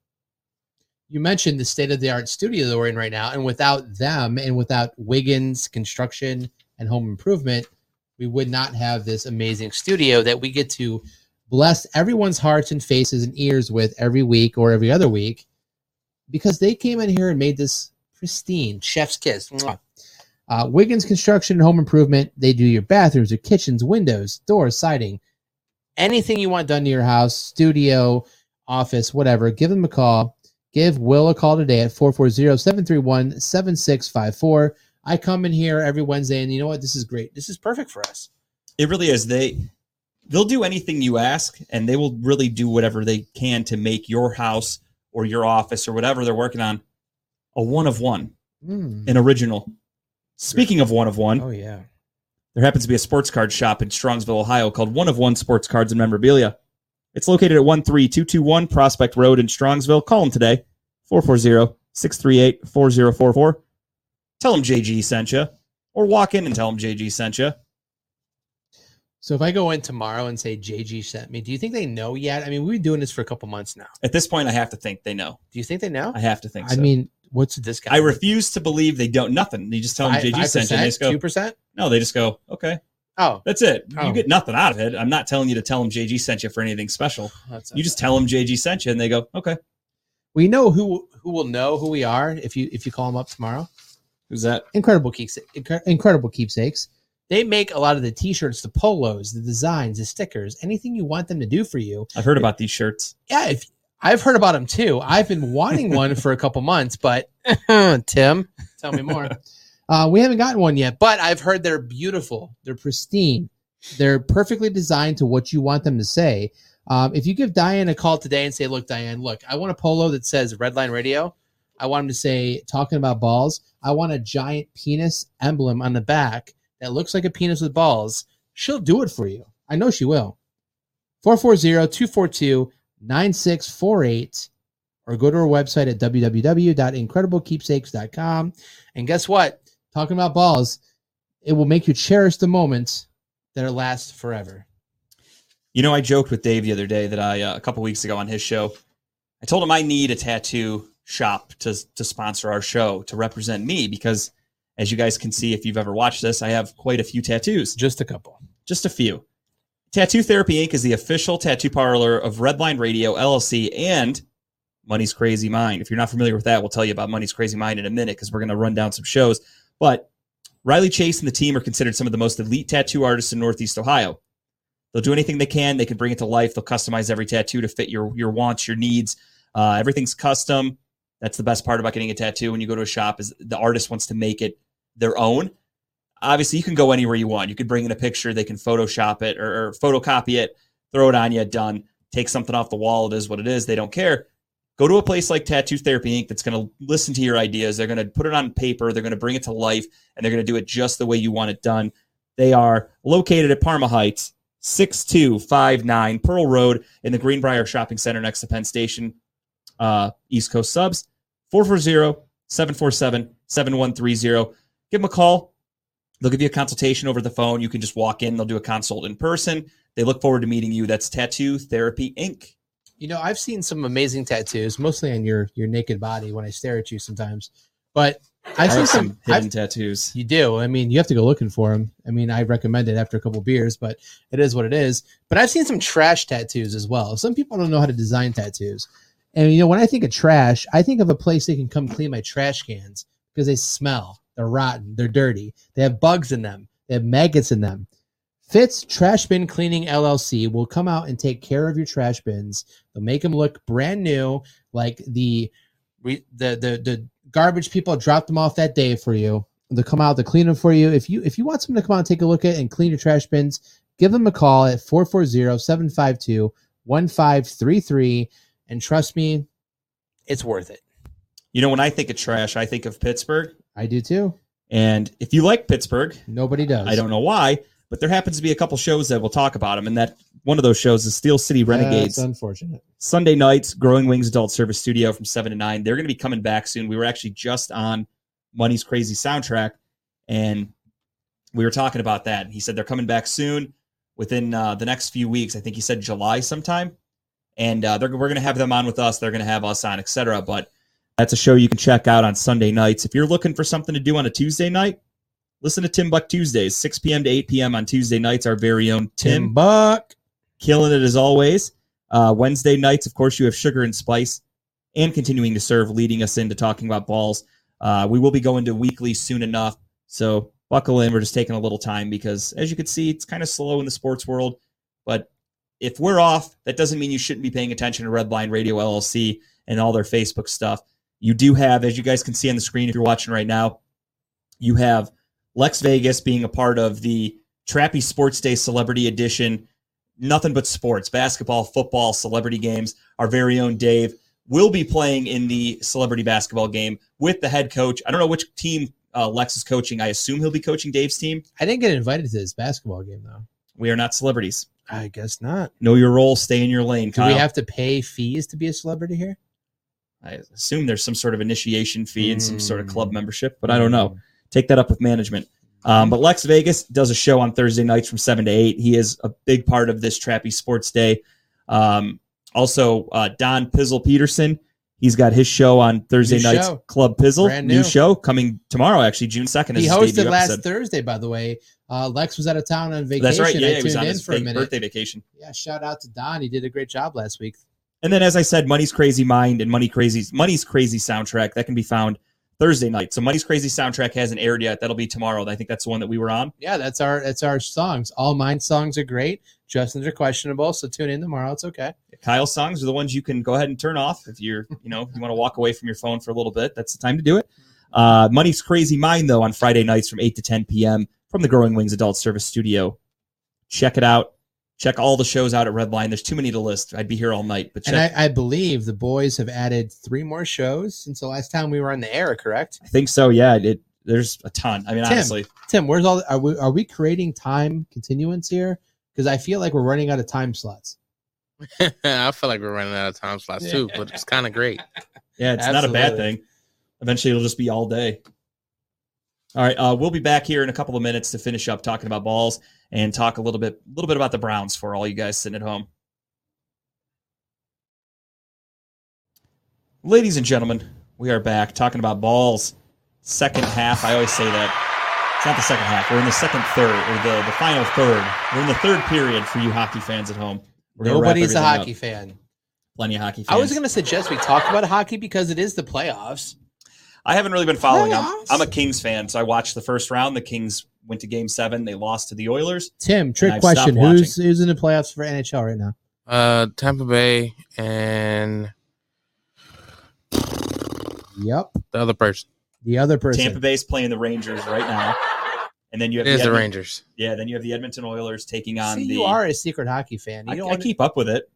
D: You mentioned the state of the art studio that we're in right now, and without them, and without Wiggins Construction and Home Improvement, we would not have this amazing studio that we get to bless everyone's hearts and faces and ears with every week or every other week, because they came in here and made this pristine chef's kiss. Mwah. Uh, Wiggins Construction and Home Improvement, they do your bathrooms, your kitchens, windows, doors, siding, anything you want done to your house, studio, office, whatever. Give them a call. Give Will a call today at 440-731-7654. I come in here every Wednesday and you know what? This is great. This is perfect for us.
C: It really is. They they'll do anything you ask, and they will really do whatever they can to make your house or your office or whatever they're working on a one of one, an original. Speaking of one of one,
D: Mm-hmm. Oh yeah.
C: there happens to be a sports card shop in Strongsville, Ohio called One of One Sports Cards and Memorabilia. It's located at 13221 Prospect Road in Strongsville. Call them today, 440-638-4044. Tell them JG sent you, or walk in and tell them JG sent you.
D: So if I go in tomorrow and say JG sent me, do you think they know yet? I mean, we've been doing this for a couple months now.
C: At this point, I have to think they know.
D: Do you think they know?
C: I have to think.
D: I
C: so.
D: mean, what's this guy?
C: I refuse to believe they don't nothing. They just tell them JG sent you. and They just
D: two
C: go,
D: percent.
C: no, they just go, okay,
D: Oh,
C: that's it.
D: Oh.
C: You get nothing out of it. I'm not telling you to tell them JG sent you for anything special.
D: that's
C: You just tell them JG sent you, and they go, okay,
D: we know who who will know who we are if you if you call them up tomorrow.
C: who's that?
D: incredible keepsa- incre- incredible keepsakes. They make a lot of the t-shirts, the polos, the designs, the stickers, anything you want them to do for you.
C: I've heard about these shirts.
D: Yeah, if I've heard about them too. I've been wanting one for a couple months, but Tim, tell me more. Uh, we haven't gotten one yet, but I've heard they're beautiful. They're pristine. They're perfectly designed to what you want them to say. Um, if you give Diane a call today and say, "Look, Diane, look, I want a polo that says Redline Radio. I want him to say talking about balls. I want a giant penis emblem on the back that looks like a penis with balls." She'll do it for you. I know she will. 440-242-9648 or go to our website at www.incrediblekeepsakes.com and guess what? Talking about balls, it will make you cherish the moments that are last forever.
C: You know, I joked with Dave the other day that I uh, a couple weeks ago on his show, I told him I need a tattoo shop to to sponsor our show to represent me because, as you guys can see if you've ever watched this, I have quite a few tattoos,
D: Just a couple.
C: just a few. Tattoo Therapy Inc. is the official tattoo parlor of Redline Radio LLC and Money's Crazy Mind. If you're not familiar with that, we'll tell you about Money's Crazy Mind in a minute because we're going to run down some shows. But Riley Chase and the team are considered some of the most elite tattoo artists in Northeast Ohio. They'll do anything they can. They can bring it to life. They'll customize every tattoo to fit your your wants, your needs. Uh, everything's custom. That's the best part about getting a tattoo when you go to a shop is the artist wants to make it their own. Obviously, you can go anywhere you want. You could bring in a picture. They can Photoshop it or, or photocopy it, throw it on you, done. Take something off the wall. It is what it is. They don't care go to a place like Tattoo Therapy Inc. that's going to listen to your ideas. They're going to put it on paper. They're going to bring it to life, and they're going to do it just the way you want it done. They are located at Parma Heights, 6259 Pearl Road in the Greenbrier Shopping Center next to Penn Station, uh, East Coast Subs, 440 747 7130. Give them a call. They'll give you a consultation over the phone. You can just walk in. They'll do a consult in person. They look forward to meeting you. That's Tattoo Therapy Inc.
D: You know, I've seen some amazing tattoos, mostly on your your naked body when I stare at you sometimes. But
C: I
D: I've seen
C: have
D: some.
C: some
D: I've,
C: hidden tattoos.
D: You do. I mean, you have to go looking for them. I mean, I recommend it after a couple beers, but it is what it is. But I've seen some trash tattoos as well. Some people don't know how to design tattoos. And you know, when I think of trash, I think of a place they can come clean my trash cans because they smell, they're rotten, they're dirty, they have bugs in them, they have maggots in them. Fitz Trash Bin Cleaning LLC will come out and take care of your trash bins. They'll make them look brand new, like the re- the the, the garbage people dropped them off that day for you. They'll come out, they'll clean them for you. If you if you want someone to come out and take a look at and clean your trash bins, give them a call at 440-752-1533. And trust me, it's worth it.
C: You know, when I think of trash, I think of Pittsburgh.
D: I do too.
C: And if you like Pittsburgh,
D: Nobody does.
C: I don't know why, but there happens to be a couple shows that we'll talk about them. And that one of those shows is Steel City Renegades.
D: That's unfortunate.
C: Sunday nights, Growing Wings Adult Service Studio from 7 to 9. They're going to be coming back soon. We were actually just on Money's Crazy soundtrack, and we were talking about that. He said they're coming back soon within uh, the next few weeks. I think he said July sometime. And uh, they're, we're going to have them on with us. They're going to have us on, etc. But that's a show you can check out on Sunday nights. If you're looking for something to do on a Tuesday night, listen to Tim Buck Tuesdays, 6 p.m. to 8 p.m. on Tuesday nights. Our very own Tim
D: Buck.
C: killing it as always. Uh, Wednesday nights, of course, you have Sugar and Spice and continuing to serve, leading us into talking about balls. Uh, we will be going to weekly soon enough. So buckle in. We're just taking a little time because, as you can see, it's kind of slow in the sports world. But if we're off, that doesn't mean you shouldn't be paying attention to Redline Radio LLC and all their Facebook stuff. You do have, as you guys can see on the screen if you're watching right now, you have Lex Vegas being a part of the Trappy Sports Day Celebrity Edition nothing but sports basketball football celebrity games our very own dave will be playing in the celebrity basketball game with the head coach i don't know which team uh, lex is coaching i assume he'll be coaching dave's team
D: I didn't get invited to this basketball game though.
C: we are not celebrities
D: I guess not.
C: know your role stay in your lane
D: Do
C: Kyle.
D: we have to pay fees to be a celebrity here?
C: i assume there's some sort of initiation fee and some sort of
D: Hmm.
C: club membership but i don't know take that up with management.
D: Mm-hmm.
C: Um, but Lex Vegas does a show on Thursday nights from seven to eight. He is a big part of this Trappy Sports Day. Um, also, uh, Don Pizzle Peterson, he's got his show on Thursday
D: New
C: nights,
D: show.
C: Club Pizzle,
D: Brand
C: new.
D: new.
C: show coming tomorrow, actually June second.
D: He
C: his
D: hosted
C: debut
D: last
C: episode.
D: Thursday, by the way. Uh, Lex was out of town on vacation.
C: That's right.
D: I
C: Yeah, yeah, he
D: tuned
C: was on
D: in
C: his
D: for a
C: big
D: minute.
C: birthday vacation.
D: Yeah, shout out to Don. He did a great job last week.
C: And then, as I said, Money's Crazy Mind and Money Crazy's Money's Crazy soundtrack that can be found Thursday night. So Money's Crazy soundtrack hasn't aired yet. That'll be tomorrow. I think that's the one that we were on.
D: Yeah, that's our that's our songs. All mine songs are great. Justin's are questionable, so tune in tomorrow. It's okay.
C: Kyle songs are the ones you can go ahead and turn off if you're, you know, you want to walk away from your phone for a little bit. That's the time to do it. Uh, Money's Crazy Mind, though, on Friday nights from 8 to 10 p.m. from the Growing Wings Adult Service Studio. Check it out. Check all the shows out at Redline. There's too many to list. I'd be here all night, but check.
D: And
C: I,
D: I, I believe the boys have added three more shows since the last time we were on the air. Correct,
C: think so. Yeah, it, there's a ton. I mean,
D: Tim.
C: honestly,
D: Tim? Where's all? Are we are we creating time continuance here? Because I feel like we're running out of time slots.
E: I feel like we're running out of time slots too, but it's kind of great.
C: yeah, it's not a bad
D: Absolutely.
C: thing. Eventually, it'll just be all day. All right, uh, we'll be back here in a couple of minutes to finish up talking about balls and talk a little bit, little bit about the Browns for all you guys sitting at home. Ladies and gentlemen, we are back talking about balls. Second half, I always say that. It's not the second half. We're in the second third, or the, the final third. We're in the third period for you hockey fans at home. We're gonna wrap
D: Nobody's a
C: everything
D: hockey
C: up.
D: fan.
C: Plenty of hockey fans.
D: I was going to suggest we talk about hockey because it is the playoffs.
C: I haven't really been following. I'm,
D: Playoffs?
C: I'm a Kings fan, so I watched the first round. The Kings went to Game Seven. They lost to the Oilers.
D: Tim,
C: I've
D: trick
C: stopped
D: question:
C: watching.
D: Who's who's in the playoffs for NHL right now?
E: Uh, Tampa Bay and
D: Yep,
E: the other person
D: the other person.
C: Tampa Bay's playing the Rangers right now, and then you have
E: is the
C: Edmon-
E: Rangers.
C: Yeah, then you have the Edmonton Oilers taking on
D: See,
C: the.
D: you are a secret hockey fan. You
C: I,
D: don't
C: I
D: want
C: keep up with it.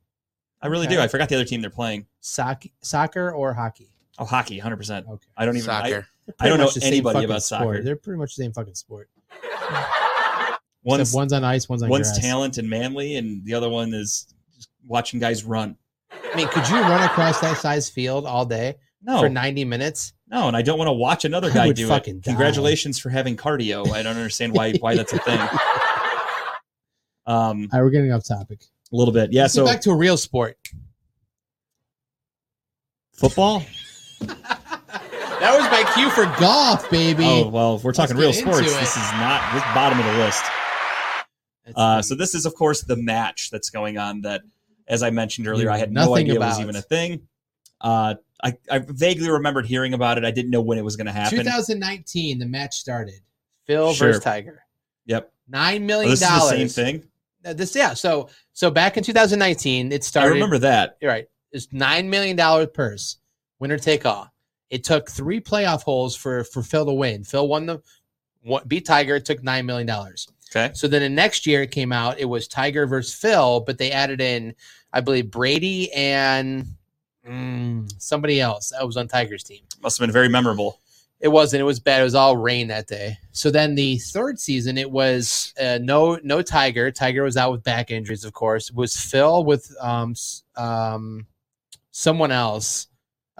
C: I really do.
D: Okay.
C: I forgot the other team they're playing.
D: soc- soccer or hockey.
C: Oh, hockey, hundred percent.
D: Okay.
C: I don't even.
E: Soccer.
C: I, I don't
D: Pretty
C: know
D: much the same
C: anybody
D: fucking
C: about
D: sport.
C: soccer.
D: They're pretty much the same fucking sport.
C: One's
D: Except one's on ice, one's on
C: one's
D: grass.
C: talent and manly, and the other one is just watching guys run.
D: I mean, could you run across that size field all day
C: No,
D: for ninety minutes?
C: no, and I don't want to watch another
D: I
C: guy
D: would
C: do it.
D: fucking die.
C: Congratulations for having cardio. I don't understand why why that's a thing. Um,
D: All right, we're getting off topic.
C: a little bit, yeah.
D: Let's
C: So
D: get back to a real sport.
C: football.
D: That was my cue for golf, baby.
C: Oh well, if we're talking
D: get
C: real
D: into
C: sports.
D: it.
C: This is not this is bottom of the list. Uh, so this is, of course, the match that's going on. That, as I mentioned earlier, I had no
D: Nothing
C: idea was
D: about.
C: even a thing. Uh, I, I vaguely remembered hearing about it. I didn't know when it was going to happen.
D: 2019, the match started. Phil
C: Sure.
D: versus Tiger.
C: Yep.
D: Nine
C: Oh,
D: million
C: this is the
D: dollars.
C: same thing.
D: Uh, This yeah. So so back in 2019, it
C: I
D: started.
C: remember that.
D: You're right. It's nine million dollar purse, winner take all. It took three playoff holes for for Phil to win. Phil won the won, beat Tiger. It took nine million dollars.
C: Okay.
D: So then the next year it came out. It was Tiger versus Phil, but they added in, I believe, Brady and mm, somebody else that was on Tiger's team.
C: Must have been very memorable.
D: It wasn't. It was bad. It was all rain that day. So then the third season, it was uh, no no Tiger. Tiger was out with back injuries, of course. It was Phil with um s- um someone else?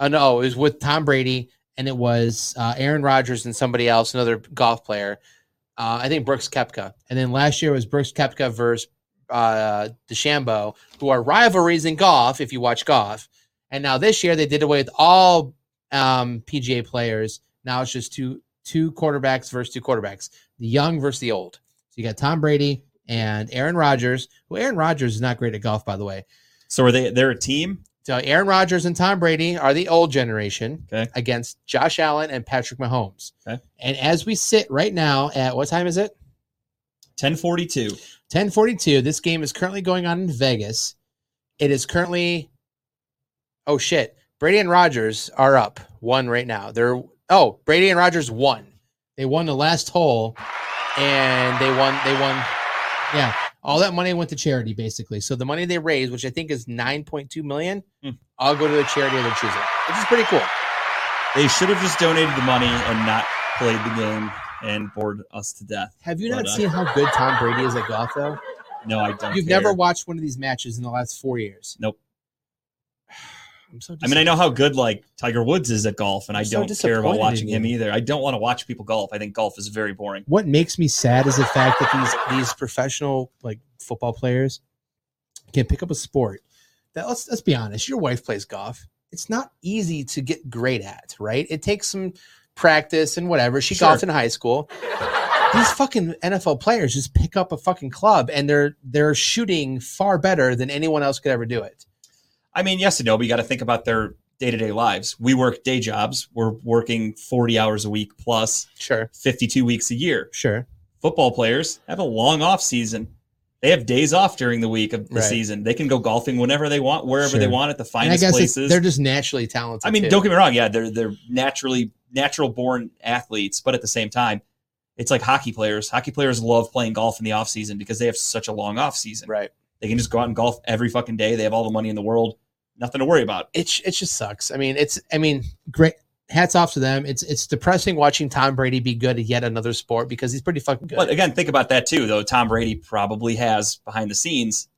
D: Uh, no, it was with Tom Brady, and it was uh, Aaron Rodgers and somebody else, another golf player. Uh, I think Brooks Kepka. And then last year it was Brooks Kepka versus uh, DeChambeau, who are rivalries in golf. If you watch golf, and now this year they did away with all um, PGA players. Now it's just two two quarterbacks versus two quarterbacks, the young versus the old. So you got Tom Brady and Aaron Rodgers. Well, Aaron Rodgers is not great at golf, by the way.
C: So are they? They're a team.
D: So Aaron Rodgers and Tom Brady are the old generation
C: Okay.
D: against Josh Allen and Patrick Mahomes.
C: Okay.
D: And as we sit right now at what time is it?
C: Ten forty-two.
D: 1042. This game is currently going on in Vegas. It is currently oh shit. Brady and Rogers are up one right now. They're oh, Brady and Rogers won. They won the last hole and they won they won yeah. All that money went to charity basically. So the money they raised, which I think is 9.2 million,
C: Hmm.
D: I'll go to the charity of their choosing, which is pretty cool.
C: They should have just donated the money and not played the game and bored us to death.
D: Have you
C: Well
D: not
C: done.
D: seen how good Tom Brady is at golf though?
C: No, I don't.
D: You've
C: care.
D: never watched one of these matches in the last 4 years.
C: Nope.
D: I'm so
C: I mean, I know how good like Tiger Woods is at golf, and I
D: I'm so
C: don't care about
D: disappointed
C: watching
D: in
C: him
D: you.
C: either. I don't want to watch people golf. I think golf is very boring.
D: what makes me sad is the fact that these these professional like football players can pick up a sport that let's let's be honest your wife plays golf it's not easy to get great at right it takes some practice and whatever she
C: Sure.
D: golfed in high school these fucking NFL players just pick up a fucking club and they're they're shooting far better than anyone else could ever do it
C: I mean, yes and no, but you got to think about their day to day lives. We work day jobs. We're working 40 hours a week plus
D: sure
C: 52 weeks a year.
D: sure
C: Football players have a long off season. They have days off during the week of the
D: Right.
C: season. They can go golfing whenever they want, wherever they
D: Sure.
C: want at the
D: and i
C: finest
D: guess it's-
C: places.
D: they're just naturally talented
C: I mean,
D: too.
C: don't get me wrong. Yeah, they're they're naturally natural born athletes, but at the same time, it's like hockey players. Hockey players love playing golf in the off season because they have such a long off season.
D: right
C: They can just go out and golf every fucking day. They have all the money in the world. Nothing to worry about.
D: it j- it just sucks. I mean, it's I mean, great hats off to them. It's it's depressing watching Tom Brady be good at yet another sport because he's pretty fucking good.
C: But again, think about that too, though. Tom Brady probably has behind the scenes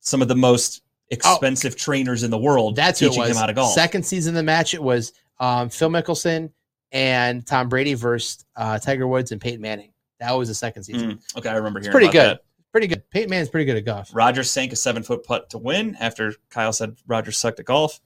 C: some of the most expensive trainers in the world
D: That's who it
C: teaching
D: was.
C: him how to golf.
D: Second season of the match, it was um, Phil Mickelson and Tom Brady versus uh, Tiger Woods and Peyton Manning. That was the second season.
C: Mm, okay, I remember
D: It's
C: hearing
D: pretty
C: about
D: good.
C: that.
D: Pretty good. Peyton Manning's pretty good at golf.
C: Rogers sank a seven foot putt to win after Kyle said Rogers sucked at golf.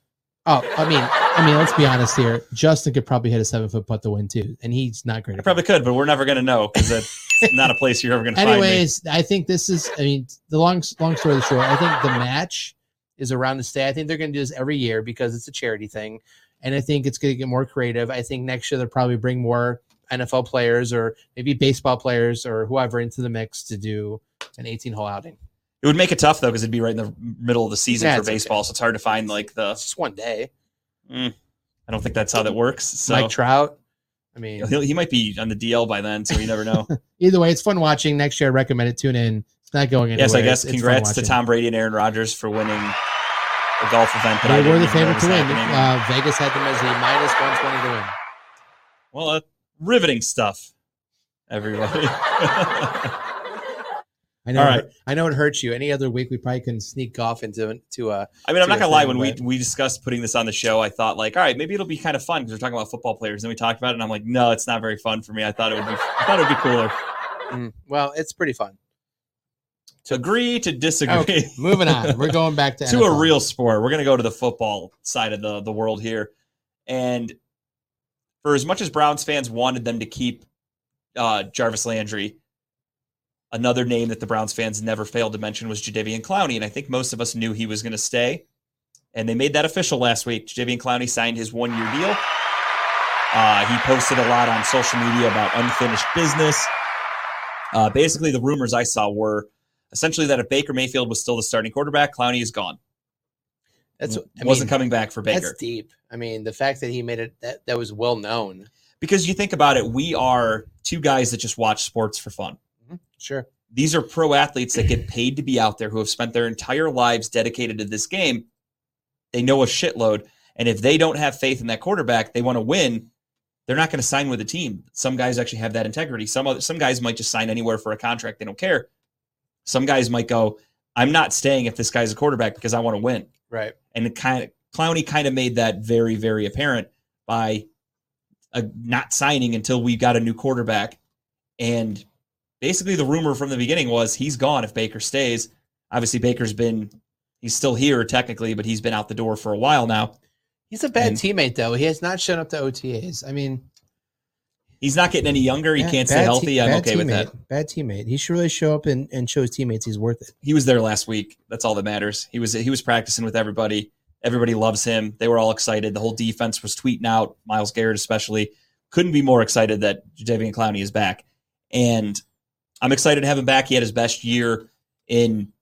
D: Oh, I mean, I mean, let's be honest here. Justin could probably hit a seven foot putt to win too, and he's not great.
C: I
D: At
C: probably could, but we're never going to know because that's not a place you're ever going to find me.
D: Anyways, I think this is. I mean, the long long story short, I think the match is around the stay. I think they're going to do this every year because it's a charity thing, and I think it's going to get more creative. I think next year they'll probably bring more NFL players or maybe baseball players or whoever into the mix to do an 18 hole outing.
C: It would make it tough though because it'd be right in the middle of the season
D: Yeah,
C: for
D: it's okay.
C: baseball, so it's hard to find like the.
D: It's just one day.
C: I don't think that's how that works. So
D: Mike Trout. I mean,
C: He'll- he might be on the DL by then, so you never know.
D: either way, it's fun watching. Next year, I recommend it. Tune in. It's not going anywhere.
C: yes, I guess
D: It's- it's fun
C: congrats to
D: watching.
C: Tom Brady and Aaron Rodgers for winning a golf event. That I
D: They
C: didn't
D: were the
C: even know
D: favorite to
C: was
D: win.
C: happening.
D: Uh, Vegas had them as the minus 120 to win.
C: well, uh, riveting stuff, everybody.
D: I know.
C: All
D: it
C: right.
D: hurt- I know it hurts you. Any other week, we probably couldn't sneak golf into to uh, a.
C: I mean, I'm not
D: your
C: gonna lie.
D: thing,
C: When we
D: but-
C: we discussed putting this on the show, I thought like, all right, maybe it'll be kind of fun because we're talking about football players. And we talked about it, and I'm like, no, it's not very fun for me. I thought it would be, I thought it would be cooler.
D: Well, it's pretty fun.
C: agree to disagree.
D: Okay, moving on. We're going back to
C: to a
D: NFL.
C: real sport. We're going to go to the football side of the the world here, and for as much as Browns fans wanted them to keep uh, Jarvis Landry, another name that the Browns fans never failed to mention was Jadavian Clowney, and I think most of us knew he was going to stay, and they made that official last week. Jadavian Clowney signed his one year deal. Uh, he posted a lot on social media about unfinished business. Uh, basically, the rumors I saw were essentially that if Baker Mayfield was still the starting quarterback, Clowney is gone.
D: That's I
C: wasn't
D: mean,
C: coming back for Baker
D: That's deep. I mean, the fact that he made it that that was well known.
C: because you think about it, we are two guys that just watch sports for fun.
D: Sure.
C: These are pro athletes that get paid to be out there who have spent their entire lives dedicated to this game. They know a shitload, and if they don't have faith in that quarterback, they want to win. They're not going to sign with a team. Some guys actually have that integrity. Some other, some guys might just sign anywhere for a contract. They don't care. Some guys might go, "I'm not staying if this guy's a quarterback because I want to win."
D: Right.
C: and it kind of Clowney kind of made that very very apparent by uh, not signing until we got a new quarterback. And basically, the rumor from the beginning was he's gone if Baker stays. Obviously, Baker's been he's still here technically, but he's been out the door for a while now.
D: He's a bad
C: And-
D: teammate though. He has not shown up to OTAs. I mean,
C: He's not getting any younger. He
D: yeah,
C: can't
D: bad
C: stay
D: te-
C: healthy. I'm
D: bad
C: okay with that.
D: teammate. Bad teammate. He should really show up and, and show his teammates he's worth it.
C: He was there last week. That's all that matters. He was he was practicing with everybody. Everybody loves him. They were all excited. The whole defense was tweeting out. Miles Garrett especially couldn't be more excited that Jadavian Clowney is back, and I'm excited to have him back. He had his best year in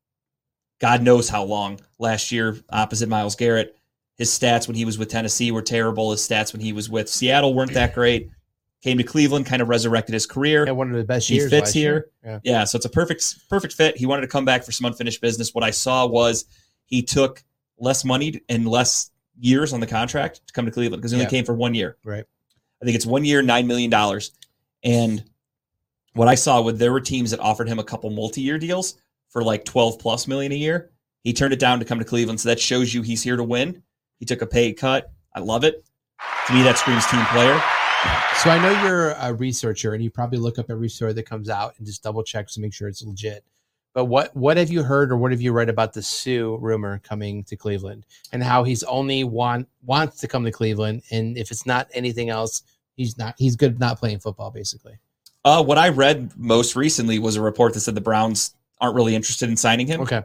C: God knows how long last year opposite Miles Garrett. His stats when he was with Tennessee were terrible. His stats when he was with Seattle weren't that great. Came to Cleveland, kind of resurrected his career.
D: Had one of the best
C: He
D: years.
C: fits
D: last
C: here.
D: year. Yeah.
C: Yeah, so it's a perfect perfect fit. He wanted to come back for some unfinished business. What I saw was he took less money and less years on the contract to come to Cleveland because he only
D: Yeah.
C: came for one year.
D: Right.
C: I think it's one year, nine million dollars. And what I saw was there were teams that offered him a couple multi-year deals for like twelve plus million a year. He turned it down to come to Cleveland, so that shows you he's here to win. He took a pay cut. I love it. To me, that screams team player.
D: So I know you're a researcher, and you probably look up every story that comes out and just double check to make sure it's legit. But what what have you heard or what have you read about the Sue rumor coming to Cleveland and how he's only want wants to come to Cleveland, and if it's not anything else, he's not he's good at not playing football basically.
C: Uh, what I read most recently was a report that said the Browns aren't really interested in signing him
D: Okay,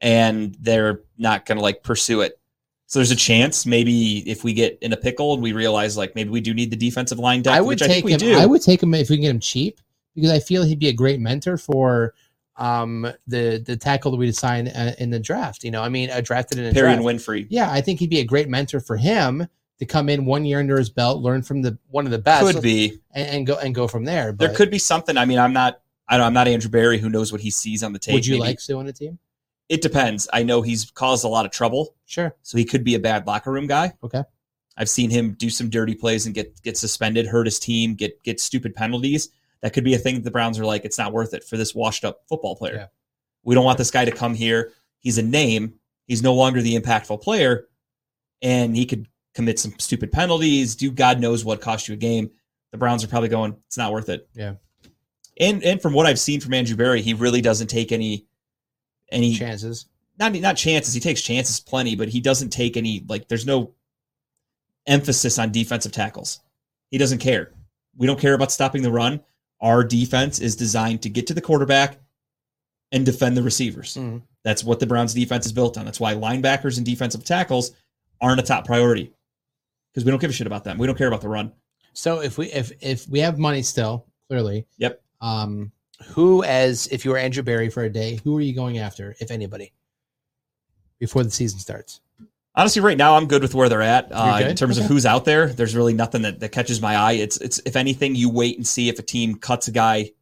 C: and they're not going to like pursue it. So there's a chance maybe if we get in a pickle and we realize like maybe we do need the defensive line depth,
D: I would
C: which I
D: take
C: think we
D: him.
C: do.
D: I would take him if we can get him cheap because I feel he'd be a great mentor for um the the tackle that we signed uh, in the draft. You know, I mean, uh, drafted in a
C: Perry
D: draft.
C: and Winfrey
D: yeah, I think he'd be a great mentor for him to come in one year under his belt, learn from the one of the best,
C: could be.
D: and, and go and go from there. But
C: There could be something. I mean, I'm not. I don't, I'm not Andrew Barry, who knows what he sees on the tape.
D: would you
C: Maybe-
D: like Sue on the team?
C: It depends. I know he's caused a lot of trouble,
D: Sure.
C: so he could be a bad locker room guy.
D: Okay.
C: I've seen him do some dirty plays and get get suspended, hurt his team, get get stupid penalties. That could be a thing that the Browns are like, it's not worth it for this washed up football player.
D: Yeah.
C: We don't want this guy to come here. He's a name. He's no longer the impactful player, and he could commit some stupid penalties, do God knows what cost you a game. the Browns are probably going, it's not worth it.
D: Yeah.
C: And and from what I've seen from Andrew Barry, he really doesn't take any any
D: chances.
C: not not chances. He takes chances plenty, but he doesn't take any like there's no emphasis on defensive tackles. He doesn't care. We don't care about stopping the run. Our defense is designed to get to the quarterback and defend the receivers.
D: Mhm.
C: That's what the Browns defense is built on. That's why linebackers and defensive tackles aren't a top priority because we don't give a shit about them. We don't care about the run.
D: So if we if if we have money still, clearly.
C: Yep.
D: Um, who as if you were Andrew Barry for a day, who are you going after, if anybody, before the season starts?
C: Honestly, right now I'm good with where they're at uh,
D: You're
C: in
D: good?
C: terms of
D: Okay.
C: who's out there. There's really nothing that, that catches my eye. It's it's if anything, you wait and see if a team cuts a guy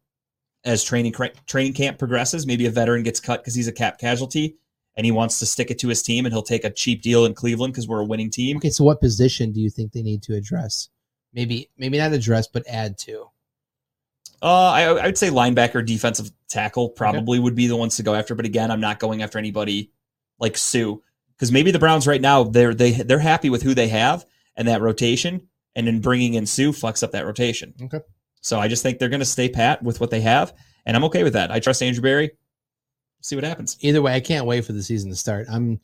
C: as training cra- training camp progresses. Maybe a veteran gets cut because he's a cap casualty and he wants to stick it to his team, and he'll take a cheap deal in Cleveland because we're a winning team.
D: Okay, so what position do you think they need to address? Maybe maybe not address, but add to.
C: Uh, I, I would say linebacker, defensive tackle probably would be the ones to go after. But again, I'm not going after anybody like Sue because maybe the Browns right now they're they they're happy with who they have and that rotation, and then bringing in Sue fucks up that rotation.
D: Okay.
C: So I just think they're going to stay pat with what they have, and I'm okay with that. I trust Andrew Barry. See what happens.
D: Either way, I can't wait for the season to start. I'm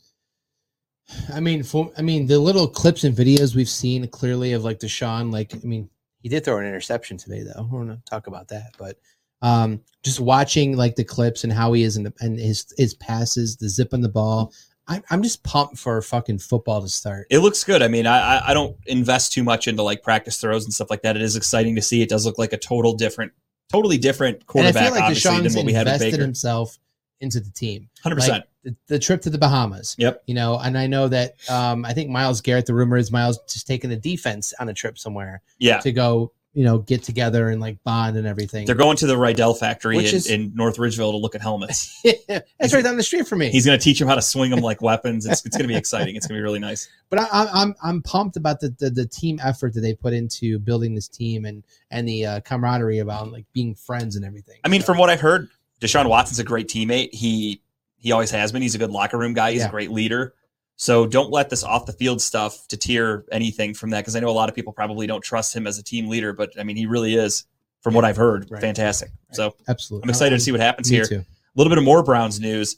D: I mean, for, I mean, the little clips and videos we've seen clearly of like Deshaun, like I mean, he did throw an interception today, though. We're gonna talk about that, but um, just watching like the clips and how he is in the, and his his passes, the zip on the ball. I, I'm just pumped for fucking football to start.
C: It looks good. I mean, I I- I don't invest too much into like practice throws and stuff like that. It is exciting to see. It does look like a total different, totally different
D: And I
C: quarterback,
D: feel like
C: obviously, than
D: Deshaun's
C: what we had with
D: invested
C: Baker.
D: himself into the team.
C: Hundred
D: like,
C: percent.
D: the, the trip to the Bahamas.
C: Yep.
D: You know, and I know that um, I think Miles Garrett. The rumor is Miles just taking the defense on a trip somewhere
C: Yeah.
D: to go. You know, get together and like bond and everything.
C: They're going to the Rydell factory in,
D: Which is-
C: in North Ridgeville to look at helmets.
D: That's right down the street from me.
C: He's going to teach them how to swing them like weapons. It's, it's going to be exciting. It's going to be really nice.
D: but I, I, I'm I'm pumped about the, the the team effort that they put into building this team and and the uh, camaraderie about like being friends and everything.
C: I mean,
D: So,
C: from what I've heard, Deshaun Watson's a great teammate. He he always has been. He's a good locker room guy. He's
D: Yeah.
C: a great leader. So don't let this off the field stuff deter anything from that because I know a lot of people probably don't trust him as a team leader, but I mean, he really is, from what I've heard,
D: Right.
C: fantastic. So
D: absolutely,
C: I'm excited to see what happens
D: Me
C: here.
D: too.
C: A little bit of more Browns news.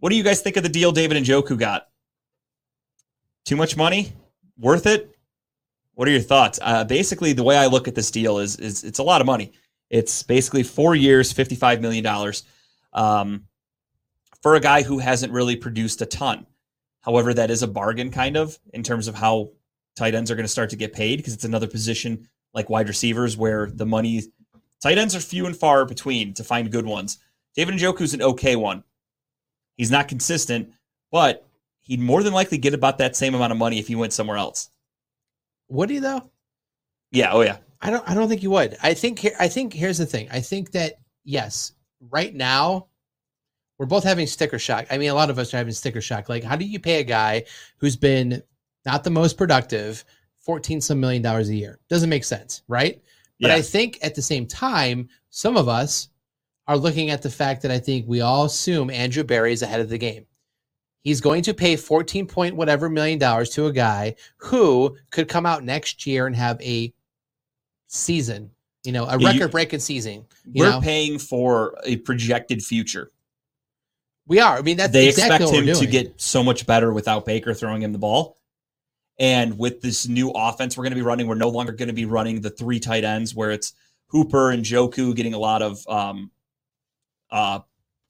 C: What do you guys think of the deal David and Joku got? Too much money? Worth it? What are your thoughts? Uh, basically, the way I look at this deal is is it's a lot of money. It's basically four years, fifty five million dollars, um, for a guy who hasn't really produced a ton. However, that is a bargain, kind of, in terms of how tight ends are going to start to get paid because it's another position like wide receivers where the money tight ends are few and far between to find good ones. David Njoku's an okay one. He's not consistent, but he'd more than likely get about that same amount of money if he went somewhere else.
D: Would he though?
C: Yeah, oh yeah.
D: I don't. I don't think you would. I think. here- I think here's the thing. I think that yes, right now, we're both having sticker shock. I mean, a lot of us are having sticker shock. Like, how do you pay a guy who's been not the most productive, fourteen some million dollars a year? Doesn't make sense, right? But
C: Yeah.
D: I think at the same time, some of us are looking at the fact that I think we all assume Andrew Barry is ahead of the game. He's going to pay 14 point whatever million dollars to a guy who could come out next year and have a season, you know, a
C: Yeah, you-
D: record breaking season. You
C: We're
D: know,
C: paying for a projected future.
D: we are. I mean, that's
C: they
D: exactly what
C: expect
D: we're
C: him to
D: doing.
C: get so much better without Baker throwing him the ball. And with this new offense we're going to be running, we're no longer going to be running the three tight ends where it's Hooper and Joku getting a lot of um uh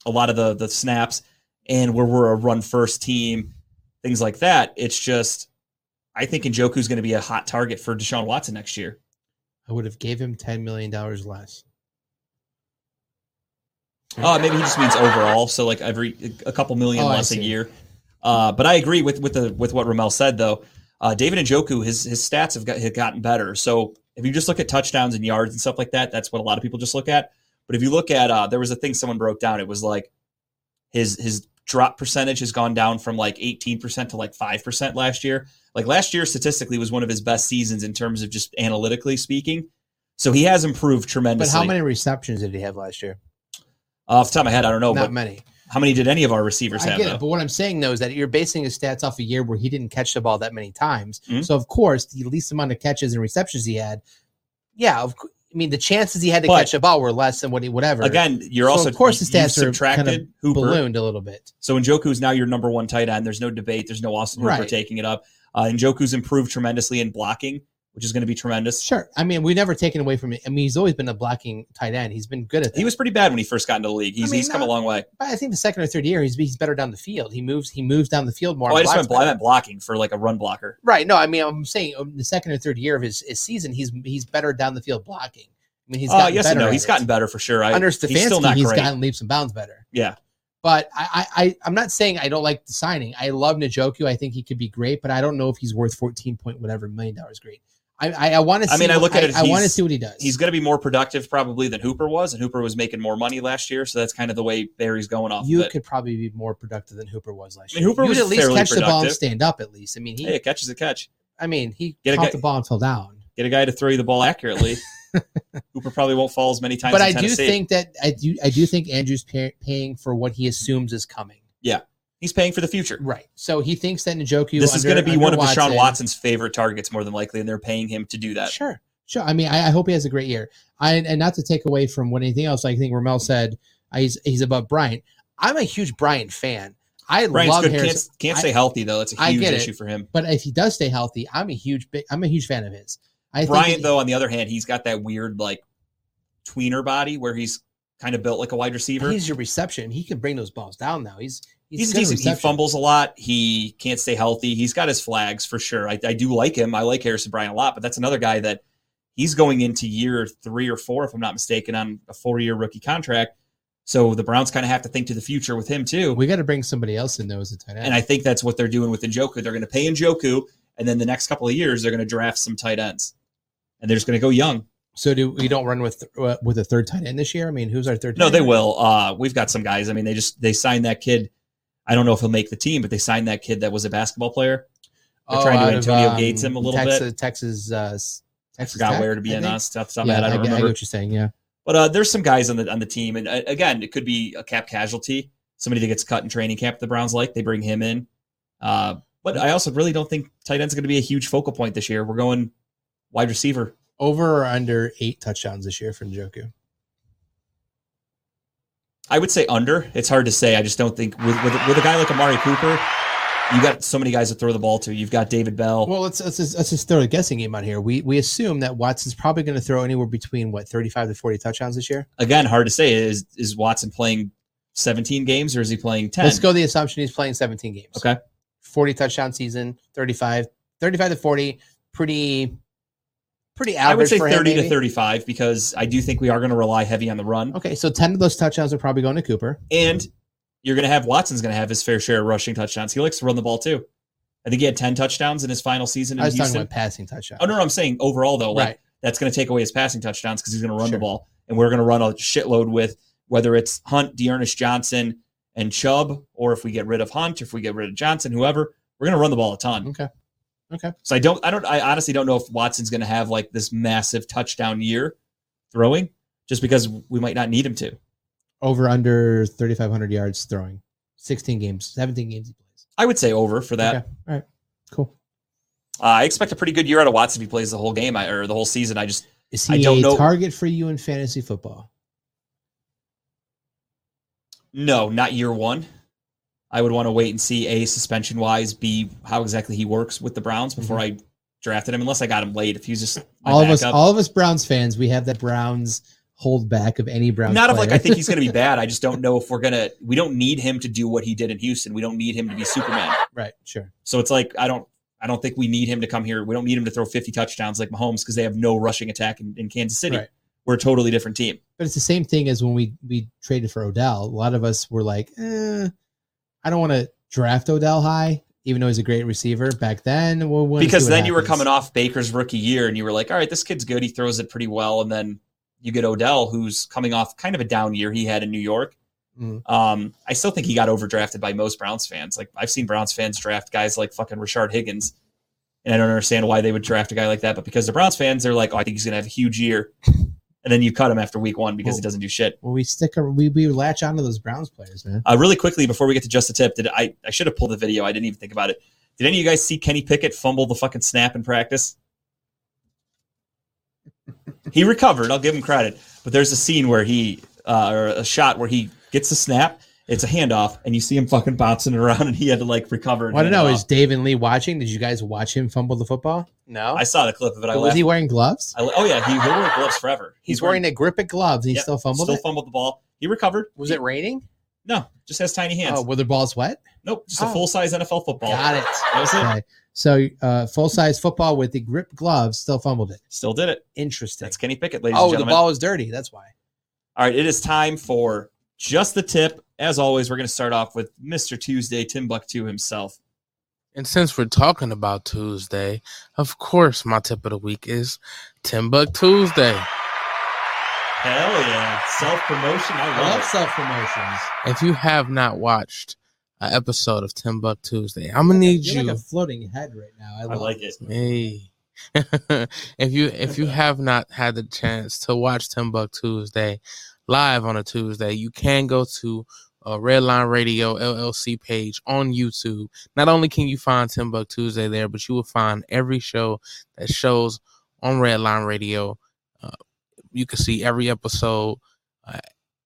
C: a lot of the the snaps and where we're a run first team, things like that. It's just I think Njoku's going to be a hot target for Deshaun Watson next year.
D: I would have gave him 10 million dollars less.
C: Uh, maybe he just means overall. So like every a couple million
D: Oh, I
C: less a
D: see.
C: year. Uh, but I agree with with the with what Ramel said though. Uh, David Njoku, his his stats have, got, have gotten better. So if you just look at touchdowns and yards and stuff like that, that's what a lot of people just look at. But if you look at uh, there was a thing someone broke down. It was like his his drop percentage has gone down from like 18% to like 5% last year. Like last year statistically was one of his best seasons in terms of just analytically speaking. So he has improved
D: But
C: tremendously.
D: how many receptions did he have last year?
C: off the top of my head, I don't know,
D: Not
C: Oh, but
D: many.
C: how many did any of our receivers
D: I
C: have
D: get
C: though?
D: it, but what I'm saying though is that you're basing his stats off a year where he didn't catch the ball that many times.
C: Mhm.
D: So of course, the least amount of catches and receptions he had yeah, of, cou- I mean the chances he had to
C: But-
D: catch a ball were less than what he would ever.
C: Again, you're
D: So,
C: also
D: of course the
C: you- you
D: stats are
C: subtracted
D: kind of
C: Hooper.
D: ballooned a little bit.
C: So Njoku's now your number one tight end. There's no debate. There's no Austin Hooper
D: Right.
C: taking it up. Uh, Njoku's improved tremendously in blocking, which is going to be tremendous.
D: Sure, I mean we've never taken away from it. I mean he's always been a blocking tight end. He's been good at that.
C: He was pretty bad when he first got into the league. He's,
D: I mean,
C: he's come a
D: not-
C: long way.
D: But I think the second or third year he's he's better down the field. He moves he moves down the field more.
C: Oh,
D: and
C: I just
D: blocks
C: meant, I
D: better.
C: meant blocking for like a run blocker.
D: Right. No, I mean, I'm saying um, the second or third year of his, his season, he's he's better down the field blocking. I mean, he's
C: Oh,
D: gotten
C: yes and
D: better.
C: no.
D: at
C: He's
D: it.
C: gotten better for sure. I,
D: under Stefanski.
C: he's
D: He's,
C: still not great.
D: gotten leaps and bounds better.
C: Yeah.
D: But I, I, I, I'm not saying I don't like the signing. I love Najoku. I think he could be great, but I don't know if he's worth 14 point whatever million dollars. Great. I, I, I want to.
C: I mean, I look at it,
D: I, want to
C: he's-
D: see what he does.
C: he's going to be more productive probably than Hooper was, and Hooper was making more money last year. So that's kind of the way Barry's going off.
D: You
C: of it.
D: could probably be more productive than Hooper was last
C: I mean,
D: year.
C: Hooper
D: you
C: was
D: would at least
C: fairly
D: catch the ball and
C: productive.
D: stand up. At least. I mean, he.
C: hey, a catch is a catch.
D: I mean, he
C: Get a
D: caught
C: guy-
D: the ball until down.
C: Get a guy to throw you the ball accurately. Hooper probably won't fall as many times.
D: but
C: in
D: I do
C: Tennessee.
D: think that I do I do think Andrew's pay, paying for what he assumes is coming.
C: he's paying for the future.
D: Right. So he thinks that Njoku.
C: This is
D: under-
C: going to be
D: under
C: one of Deshaun Watson's favorite targets, more than likely, and they're paying him to do that.
D: Sure. Sure. I mean, I, I hope he has a great year. I, and not to take away from what anything else, I think Ramel said uh, he's he's above Bryant. I'm a huge Bryant fan. I
C: Brian's
D: love
C: good.
D: Harrison,
C: Can't, can't
D: I-
C: stay healthy though. That's a
D: I
C: huge
D: get it.
C: issue for him.
D: but if he does stay healthy, I'm a huge big, I'm a huge fan of his. I
C: Brian,
D: that-
C: though, on the other hand, he's got that weird like tweener body where he's kind of built like a wide receiver.
D: he's your reception. He can bring those balls down now. He's
C: He's,
D: good at
C: decent. He
D: reception.
C: fumbles a lot. He can't stay healthy. He's got his flags for sure. I, I do like him. I like Harrison Bryant a lot, but that's another guy that he's going into year three or four, if I'm not mistaken, on a four year rookie contract. So the Browns kind of have to think to the future with him too.
D: We got to bring somebody else in though as a tight end.
C: And I think that's what they're doing with Njoku. They're going to pay Njoku, and then the next couple of years they're going to draft some tight ends, and they're just going to go young.
D: So do we don't run with uh, with a third tight end this year? I mean, who's our third?
C: No,
D: tight
C: they
D: end?
C: will. Uh, we've got some guys. I mean, they just they signed that kid. I don't know if he'll make the team, but they signed that kid that was a basketball player. They're trying to
D: Oh, out of, um,
C: Antonio Gates him a little
D: Texas,
C: bit.
D: Texas, uh, s- Texas
C: Forgot
D: Tech,
C: where to be
D: I
C: in
D: think.
C: us. Stuff, stuff
D: yeah,
C: that I
D: I,
C: don't
D: get- I get
C: remember.
D: what you're saying. Yeah,
C: But uh, there's some guys on the on the team, and uh, again, it could be a cap casualty, somebody that gets cut in training camp. The Browns like they bring him in. Uh, but I also really don't think tight end's going to be a huge focal point this year. We're going wide receiver.
D: over or under eight touchdowns this year for Njoku.
C: I would say under. It's hard to say. I just don't think with with, with a guy like Amari Cooper, you got so many guys to throw the ball to. You've got David Bell.
D: Well, let's let's just, let's just throw a guessing game on here. We we assume that Watson's probably going to throw anywhere between what 35 to 40 touchdowns this year.
C: Again, hard to say. Is is Watson playing 17 games or is he playing 10?
D: Let's go the assumption he's playing 17 games.
C: Okay.
D: 40 touchdown season, 35, 35 to 40, pretty pretty average.
C: I would say
D: for him,
C: 30 to
D: maybe.
C: 35 because I do think we are going to rely heavy on the run.
D: Okay, so 10 of those touchdowns are probably going to Cooper.
C: And you're going to have Watson's going to have his fair share of rushing touchdowns. He likes to run the ball too. I think he had 10 touchdowns in his final season
D: I
C: in
D: was
C: Houston.
D: talking about passing touchdowns.
C: oh no, no, I'm saying overall though, like
D: right.
C: that's going to take away his passing touchdowns because he's going to run
D: Sure.
C: the ball, and we're going to run a shitload with whether it's Hunt, Dearness Johnson, and Chubb, or if we get rid of Hunt, if we get rid of Johnson, whoever, we're going to run the ball a ton.
D: Okay. Okay.
C: So I don't, I don't, I honestly don't know if Watson's going to have like this massive touchdown year throwing, just because we might not need him to.
D: Over under 3,500 yards throwing. 16 games, 17 games he plays.
C: I would say over for that.
D: Okay. All right. Cool.
C: Uh, I expect a pretty good year out of Watson if he plays the whole game I, or the whole season. I just
D: Is
C: I
D: he
C: don't
D: a
C: know-
D: target for you in fantasy football?
C: No, not year one. I would want to wait and see a suspension wise, b how exactly he works with the Browns before I drafted him. Unless I got him late, if he's just my
D: Mm-hmm. all of us,
C: backup.
D: all of us Browns fans, we have that Browns hold back of any Browns.
C: not of like
D: player.
C: I think he's going to be bad. I just don't know if we're gonna. We don't need him to do what he did in Houston. We don't need him to be Superman.
D: right. Sure.
C: So it's like I don't. I don't think we need him to come here. We don't need him to throw 50 touchdowns like Mahomes because they have no rushing attack in, in Kansas City.
D: Right.
C: We're a totally different team.
D: But it's the same thing as when we we traded for Odell. A lot of us were like, eh, I don't want to draft Odell high, even though he's a great receiver back then. We'll, we'll
C: because then you were coming off Baker's rookie year and you were like, all right, this kid's good. He throws it pretty well. And then you get Odell, who's coming off kind of a down year he had in New York.
D: Mm.
C: Um, I still think he got overdrafted by most Browns fans. Like I've seen Browns fans draft guys like fucking Richard Higgins. And I don't understand why they would draft a guy like that. But because the Browns fans, they're like, oh, I think he's going to have a huge year. And then you cut him after week one because he
D: Well-
C: doesn't do shit.
D: Well, we stick. a- We we latch onto those Browns players, man.
C: Uh, really quickly, before we get to just a tip, did I, I should have pulled the video. I didn't even think about it. Did any of you guys see Kenny Pickett fumble the fucking snap in practice? He recovered. I'll give him credit. But there's a scene where he, uh, or a shot where he gets the snap. It's a handoff, and you see him fucking bouncing around, and he had to like recover. and
D: Well, I don't
C: hand
D: know.
C: it
D: Is
C: off.
D: Dave and Lee watching? Did you guys watch him fumble the football? No.
C: I saw the clip of it. I
D: was
C: laughed.
D: he wearing gloves?
C: I, oh yeah, he he'll wear gloves forever.
D: He's wearing a grip of gloves. and He
C: Yep,
D: still fumbled
C: still
D: it.
C: fumbled the ball. He recovered.
D: was it raining?
C: No, just has tiny hands.
D: Oh, were the balls wet?
C: nope, just
D: oh.
C: a full size NFL football.
D: Got it.
C: That was it.
D: Okay. So uh, full size football with the grip gloves still fumbled it.
C: Still did it.
D: Interesting.
C: That's Kenny Pickett, ladies and
D: oh, the
C: gentlemen.
D: ball was dirty. That's why.
C: All right, it is time for just the tip. As always, we're going to start off with Mr. Tuesday, Timbuktu himself.
E: And since we're talking about Tuesday, of course, my tip of the week is Timbuk Tuesday.
C: Hell yeah, self promotion. I
D: I love
C: love
D: self promotions.
E: If you have not watched an episode of Timbuk Tuesday, I'm gonna need
D: You're
E: you.
D: like a floating head right now.
C: it.
D: I,
C: I
D: love
C: like it.
E: Hey. if you if you have not had the chance to watch Timbuk Tuesday live on a Tuesday, you can go to uh, Red Line Radio LLC page on YouTube. Not only can you find Timbuk Tuesday there, but you will find every show that shows on Red Line Radio. Uh, you can see every episode uh,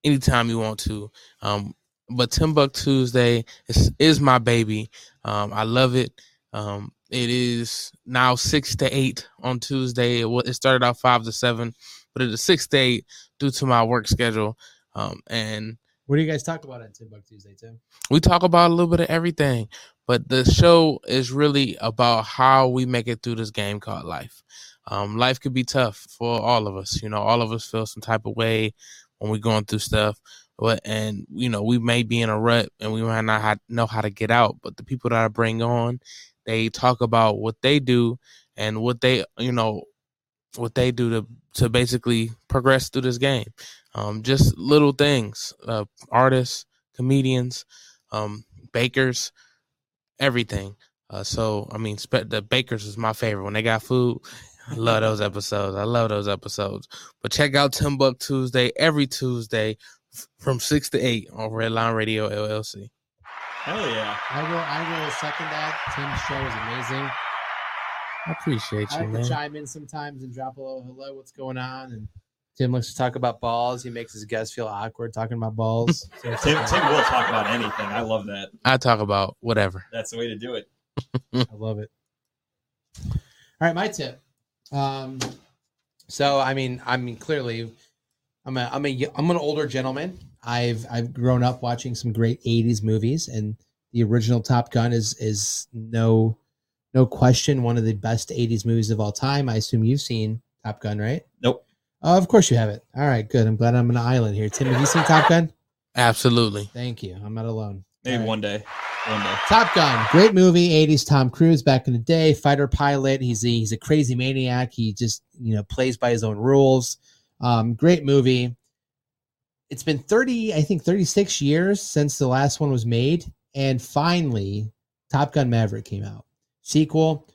E: anytime you want to. Um, but Timbuk Tuesday is, is my baby. Um, I love it. Um, it is now six to eight on Tuesday. It, wa- it started out five to seven, but it is six to eight due to my work schedule. Um, and
D: What do you guys talk about on Tim Buck Tuesday, Tim?
E: we talk about a little bit of everything, but the show is really about how we make it through this game called life. Um, life could be tough for all of us. You know, all of us feel some type of way when we're going through stuff. But and you know, we may be in a rut and we might not ha- know how to get out. But the people that I bring on, they talk about what they do and what they you know what they do to to basically progress through this game. Um, just little things, uh, artists, comedians um, bakers, everything. Uh, so I mean, spe- the bakers was my favorite when they got food. I love those episodes. I love those episodes. But check out Timbuk Tuesday every Tuesday f- from six to eight on Red Line Radio LLC.
C: Hell yeah.
D: I will. I will second that. Tim's show is amazing.
E: I appreciate
D: I
E: you,
D: like to
E: man.
D: chime in sometimes and drop a little hello, what's going on? And Tim likes to talk about balls. He makes his guests feel awkward talking about balls. So it's
C: Tim,
D: okay.
C: Tim will talk about anything. I love that.
E: I talk about whatever.
C: That's the way to do it.
D: I love it. All right, my tip. Um, so I mean, I mean, clearly, I'm a I'm a y- I'm an older gentleman. I've I've grown up watching some great '80s movies, and the original Top Gun is is no no question one of the best '80s movies of all time. I assume you've seen Top Gun, right?
C: Nope.
D: Oh, of course you have it. All right, good. I'm glad I'm an island here. Tim, have you seen Top Gun?
E: Absolutely.
D: Thank you. I'm not alone.
C: Maybe
D: All right.
C: one day. One day.
D: Top Gun, great movie, 80s Tom Cruise back in the day, fighter pilot. He's a, he's a crazy maniac. He just, you know, plays by his own rules. Um, great movie. It's been 30, I think 36 years since the last one was made. And finally, Top Gun Maverick came out. Sequel.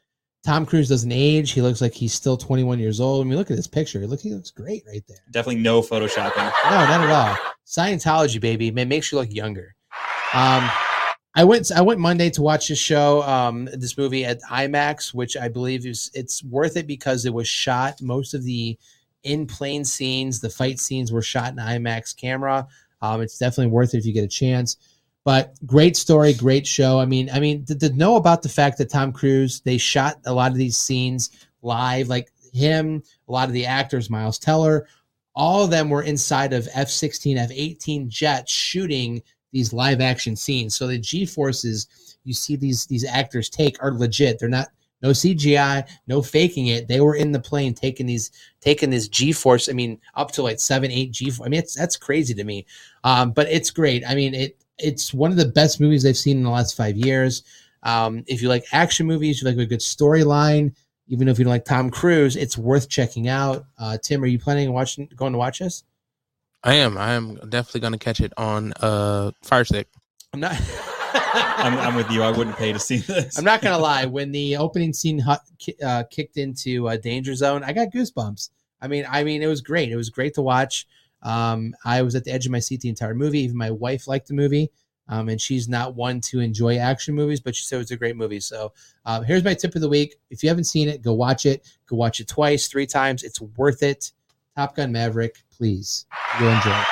D: Tom Cruise doesn't age. He looks like he's still 21 years old. I mean, look at this picture. Look, he looks great right there.
C: Definitely no photoshopping.
D: No, not at all. Scientology, baby, man, makes you look younger. Um, I went. I went Monday to watch this show, um, this movie at IMAX, which I believe is it's worth it because it was shot. Most of the in plane scenes, the fight scenes, were shot in IMAX camera. Um, it's definitely worth it if you get a chance. But great story, great show. I mean, I mean, to, to know about the fact that Tom Cruise they shot a lot of these scenes live, like him, a lot of the actors, Miles Teller, all of them were inside of F 16, F 18 jets shooting these live action scenes. So the G forces you see these these actors take are legit. They're not no CGI, no faking it. They were in the plane taking these taking this G force. I mean, up to like seven, eight G. I mean, it's that's crazy to me. Um, but it's great. I mean, it it's one of the best movies I've seen in the last five years. Um, if you like action movies, you like a good storyline, even if you don't like Tom Cruise, it's worth checking out. Uh, Tim, are you planning on watching going to watch this?
E: I am. I am definitely gonna catch it on uh Firestick.
D: I'm not.
C: I'm,
D: I'm,
C: I'm with you. I wouldn't pay to see this.
D: not gonna lie. When the opening scene hu- ki- uh, kicked into uh, Danger Zone, I got goosebumps. I mean, I mean, it was great. It was great to watch. Um, I was at the edge of my seat the entire movie. Even my wife liked the movie, um, and she's not one to enjoy action movies, but she said it's a great movie. So um, here's my tip of the week: if you haven't seen it, go watch it. Go watch it twice, three times. It's worth it. Top Gun Maverick, please. You'll enjoy it.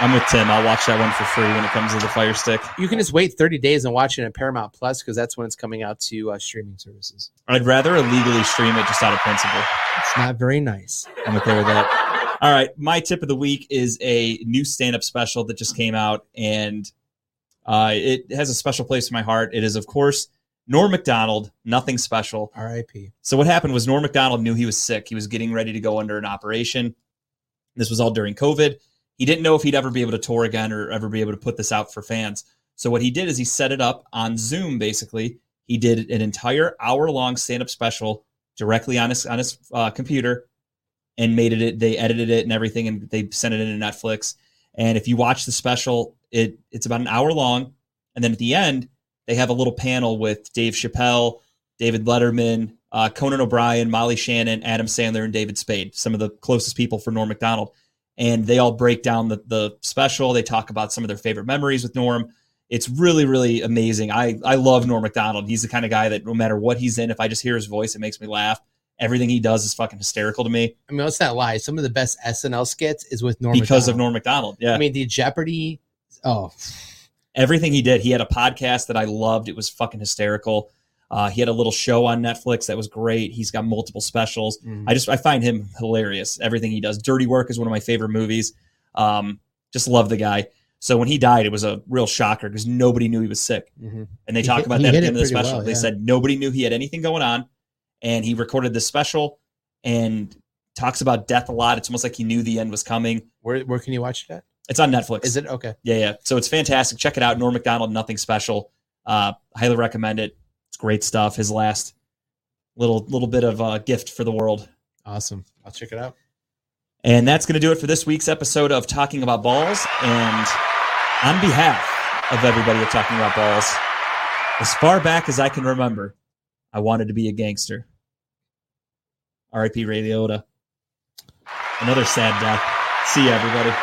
C: I'm with Tim. I'll watch that one for free when it comes to the Fire Stick.
D: You can just wait 30 days and watch it at Paramount Plus because that's when it's coming out to uh, streaming services.
C: I'd rather illegally stream it just out of principle.
D: It's not very nice.
C: I'm okay with that. All right, my tip of the week is a new stand-up special that just came out, and uh, it has a special place in my heart. It is, of course, Norm Macdonald. Nothing special.
D: R.I.P.
C: So what happened was Norm McDonald knew he was sick. He was getting ready to go under an operation. This was all during COVID. He didn't know if he'd ever be able to tour again or ever be able to put this out for fans. So what he did is he set it up on Zoom. Basically, he did an entire hour-long stand-up special directly on his on his uh, computer and made it. They edited it and everything, and they sent it into Netflix. And if you watch the special, it it's about an hour long, and then at the end they have a little panel with Dave Chappelle, David Letterman, uh, Conan O'Brien, Molly Shannon, Adam Sandler, and David Spade, some of the closest people for Norm MacDonald. And they all break down the, the special. They talk about some of their favorite memories with Norm. It's really, really amazing. I, I love Norm MacDonald. He's the kind of guy that no matter what he's in, if I just hear his voice, it makes me laugh. Everything he does is fucking hysterical to me
D: I mean, let's not lie. Some of the best SNL skits is with Norm.
C: because of
D: Macdonald.
C: Norm MacDonald. Yeah.
D: I mean, the Jeopardy. Oh,
C: everything he did. He had a podcast that I loved. It was fucking hysterical. Uh, he had a little show on Netflix that was great. He's got multiple specials. I just I find him hilarious. Everything he does. Dirty Work is one of my favorite movies. Um, just love the guy. So when he died, it was a real shocker because nobody knew he was sick.
D: Mhm.
C: And they
D: He
C: talk
D: hit-
C: about
D: he
C: that at
D: hit
C: the
D: it
C: end of the
D: pretty
C: special.
D: well,
C: They
D: yeah.
C: said nobody knew he had anything going on, and he recorded this special and talks about death a lot. It's almost like he knew the end was coming.
D: where where can you watch it at?
C: It's on Netflix.
D: Is it okay?
C: Yeah, yeah. So it's fantastic. Check it out. Norm McDonald, nothing special. Uh, highly recommend it. It's great stuff. His last little little bit of uh, gift for the world.
D: Awesome. I'll check it out.
C: And that's going to do it for this week's episode of Talking About Balls. And on behalf of everybody at Talking About Balls, as far back as I can remember, I wanted to be a gangster. R.I.P. Ray Liotta. Another sad death. See you, everybody.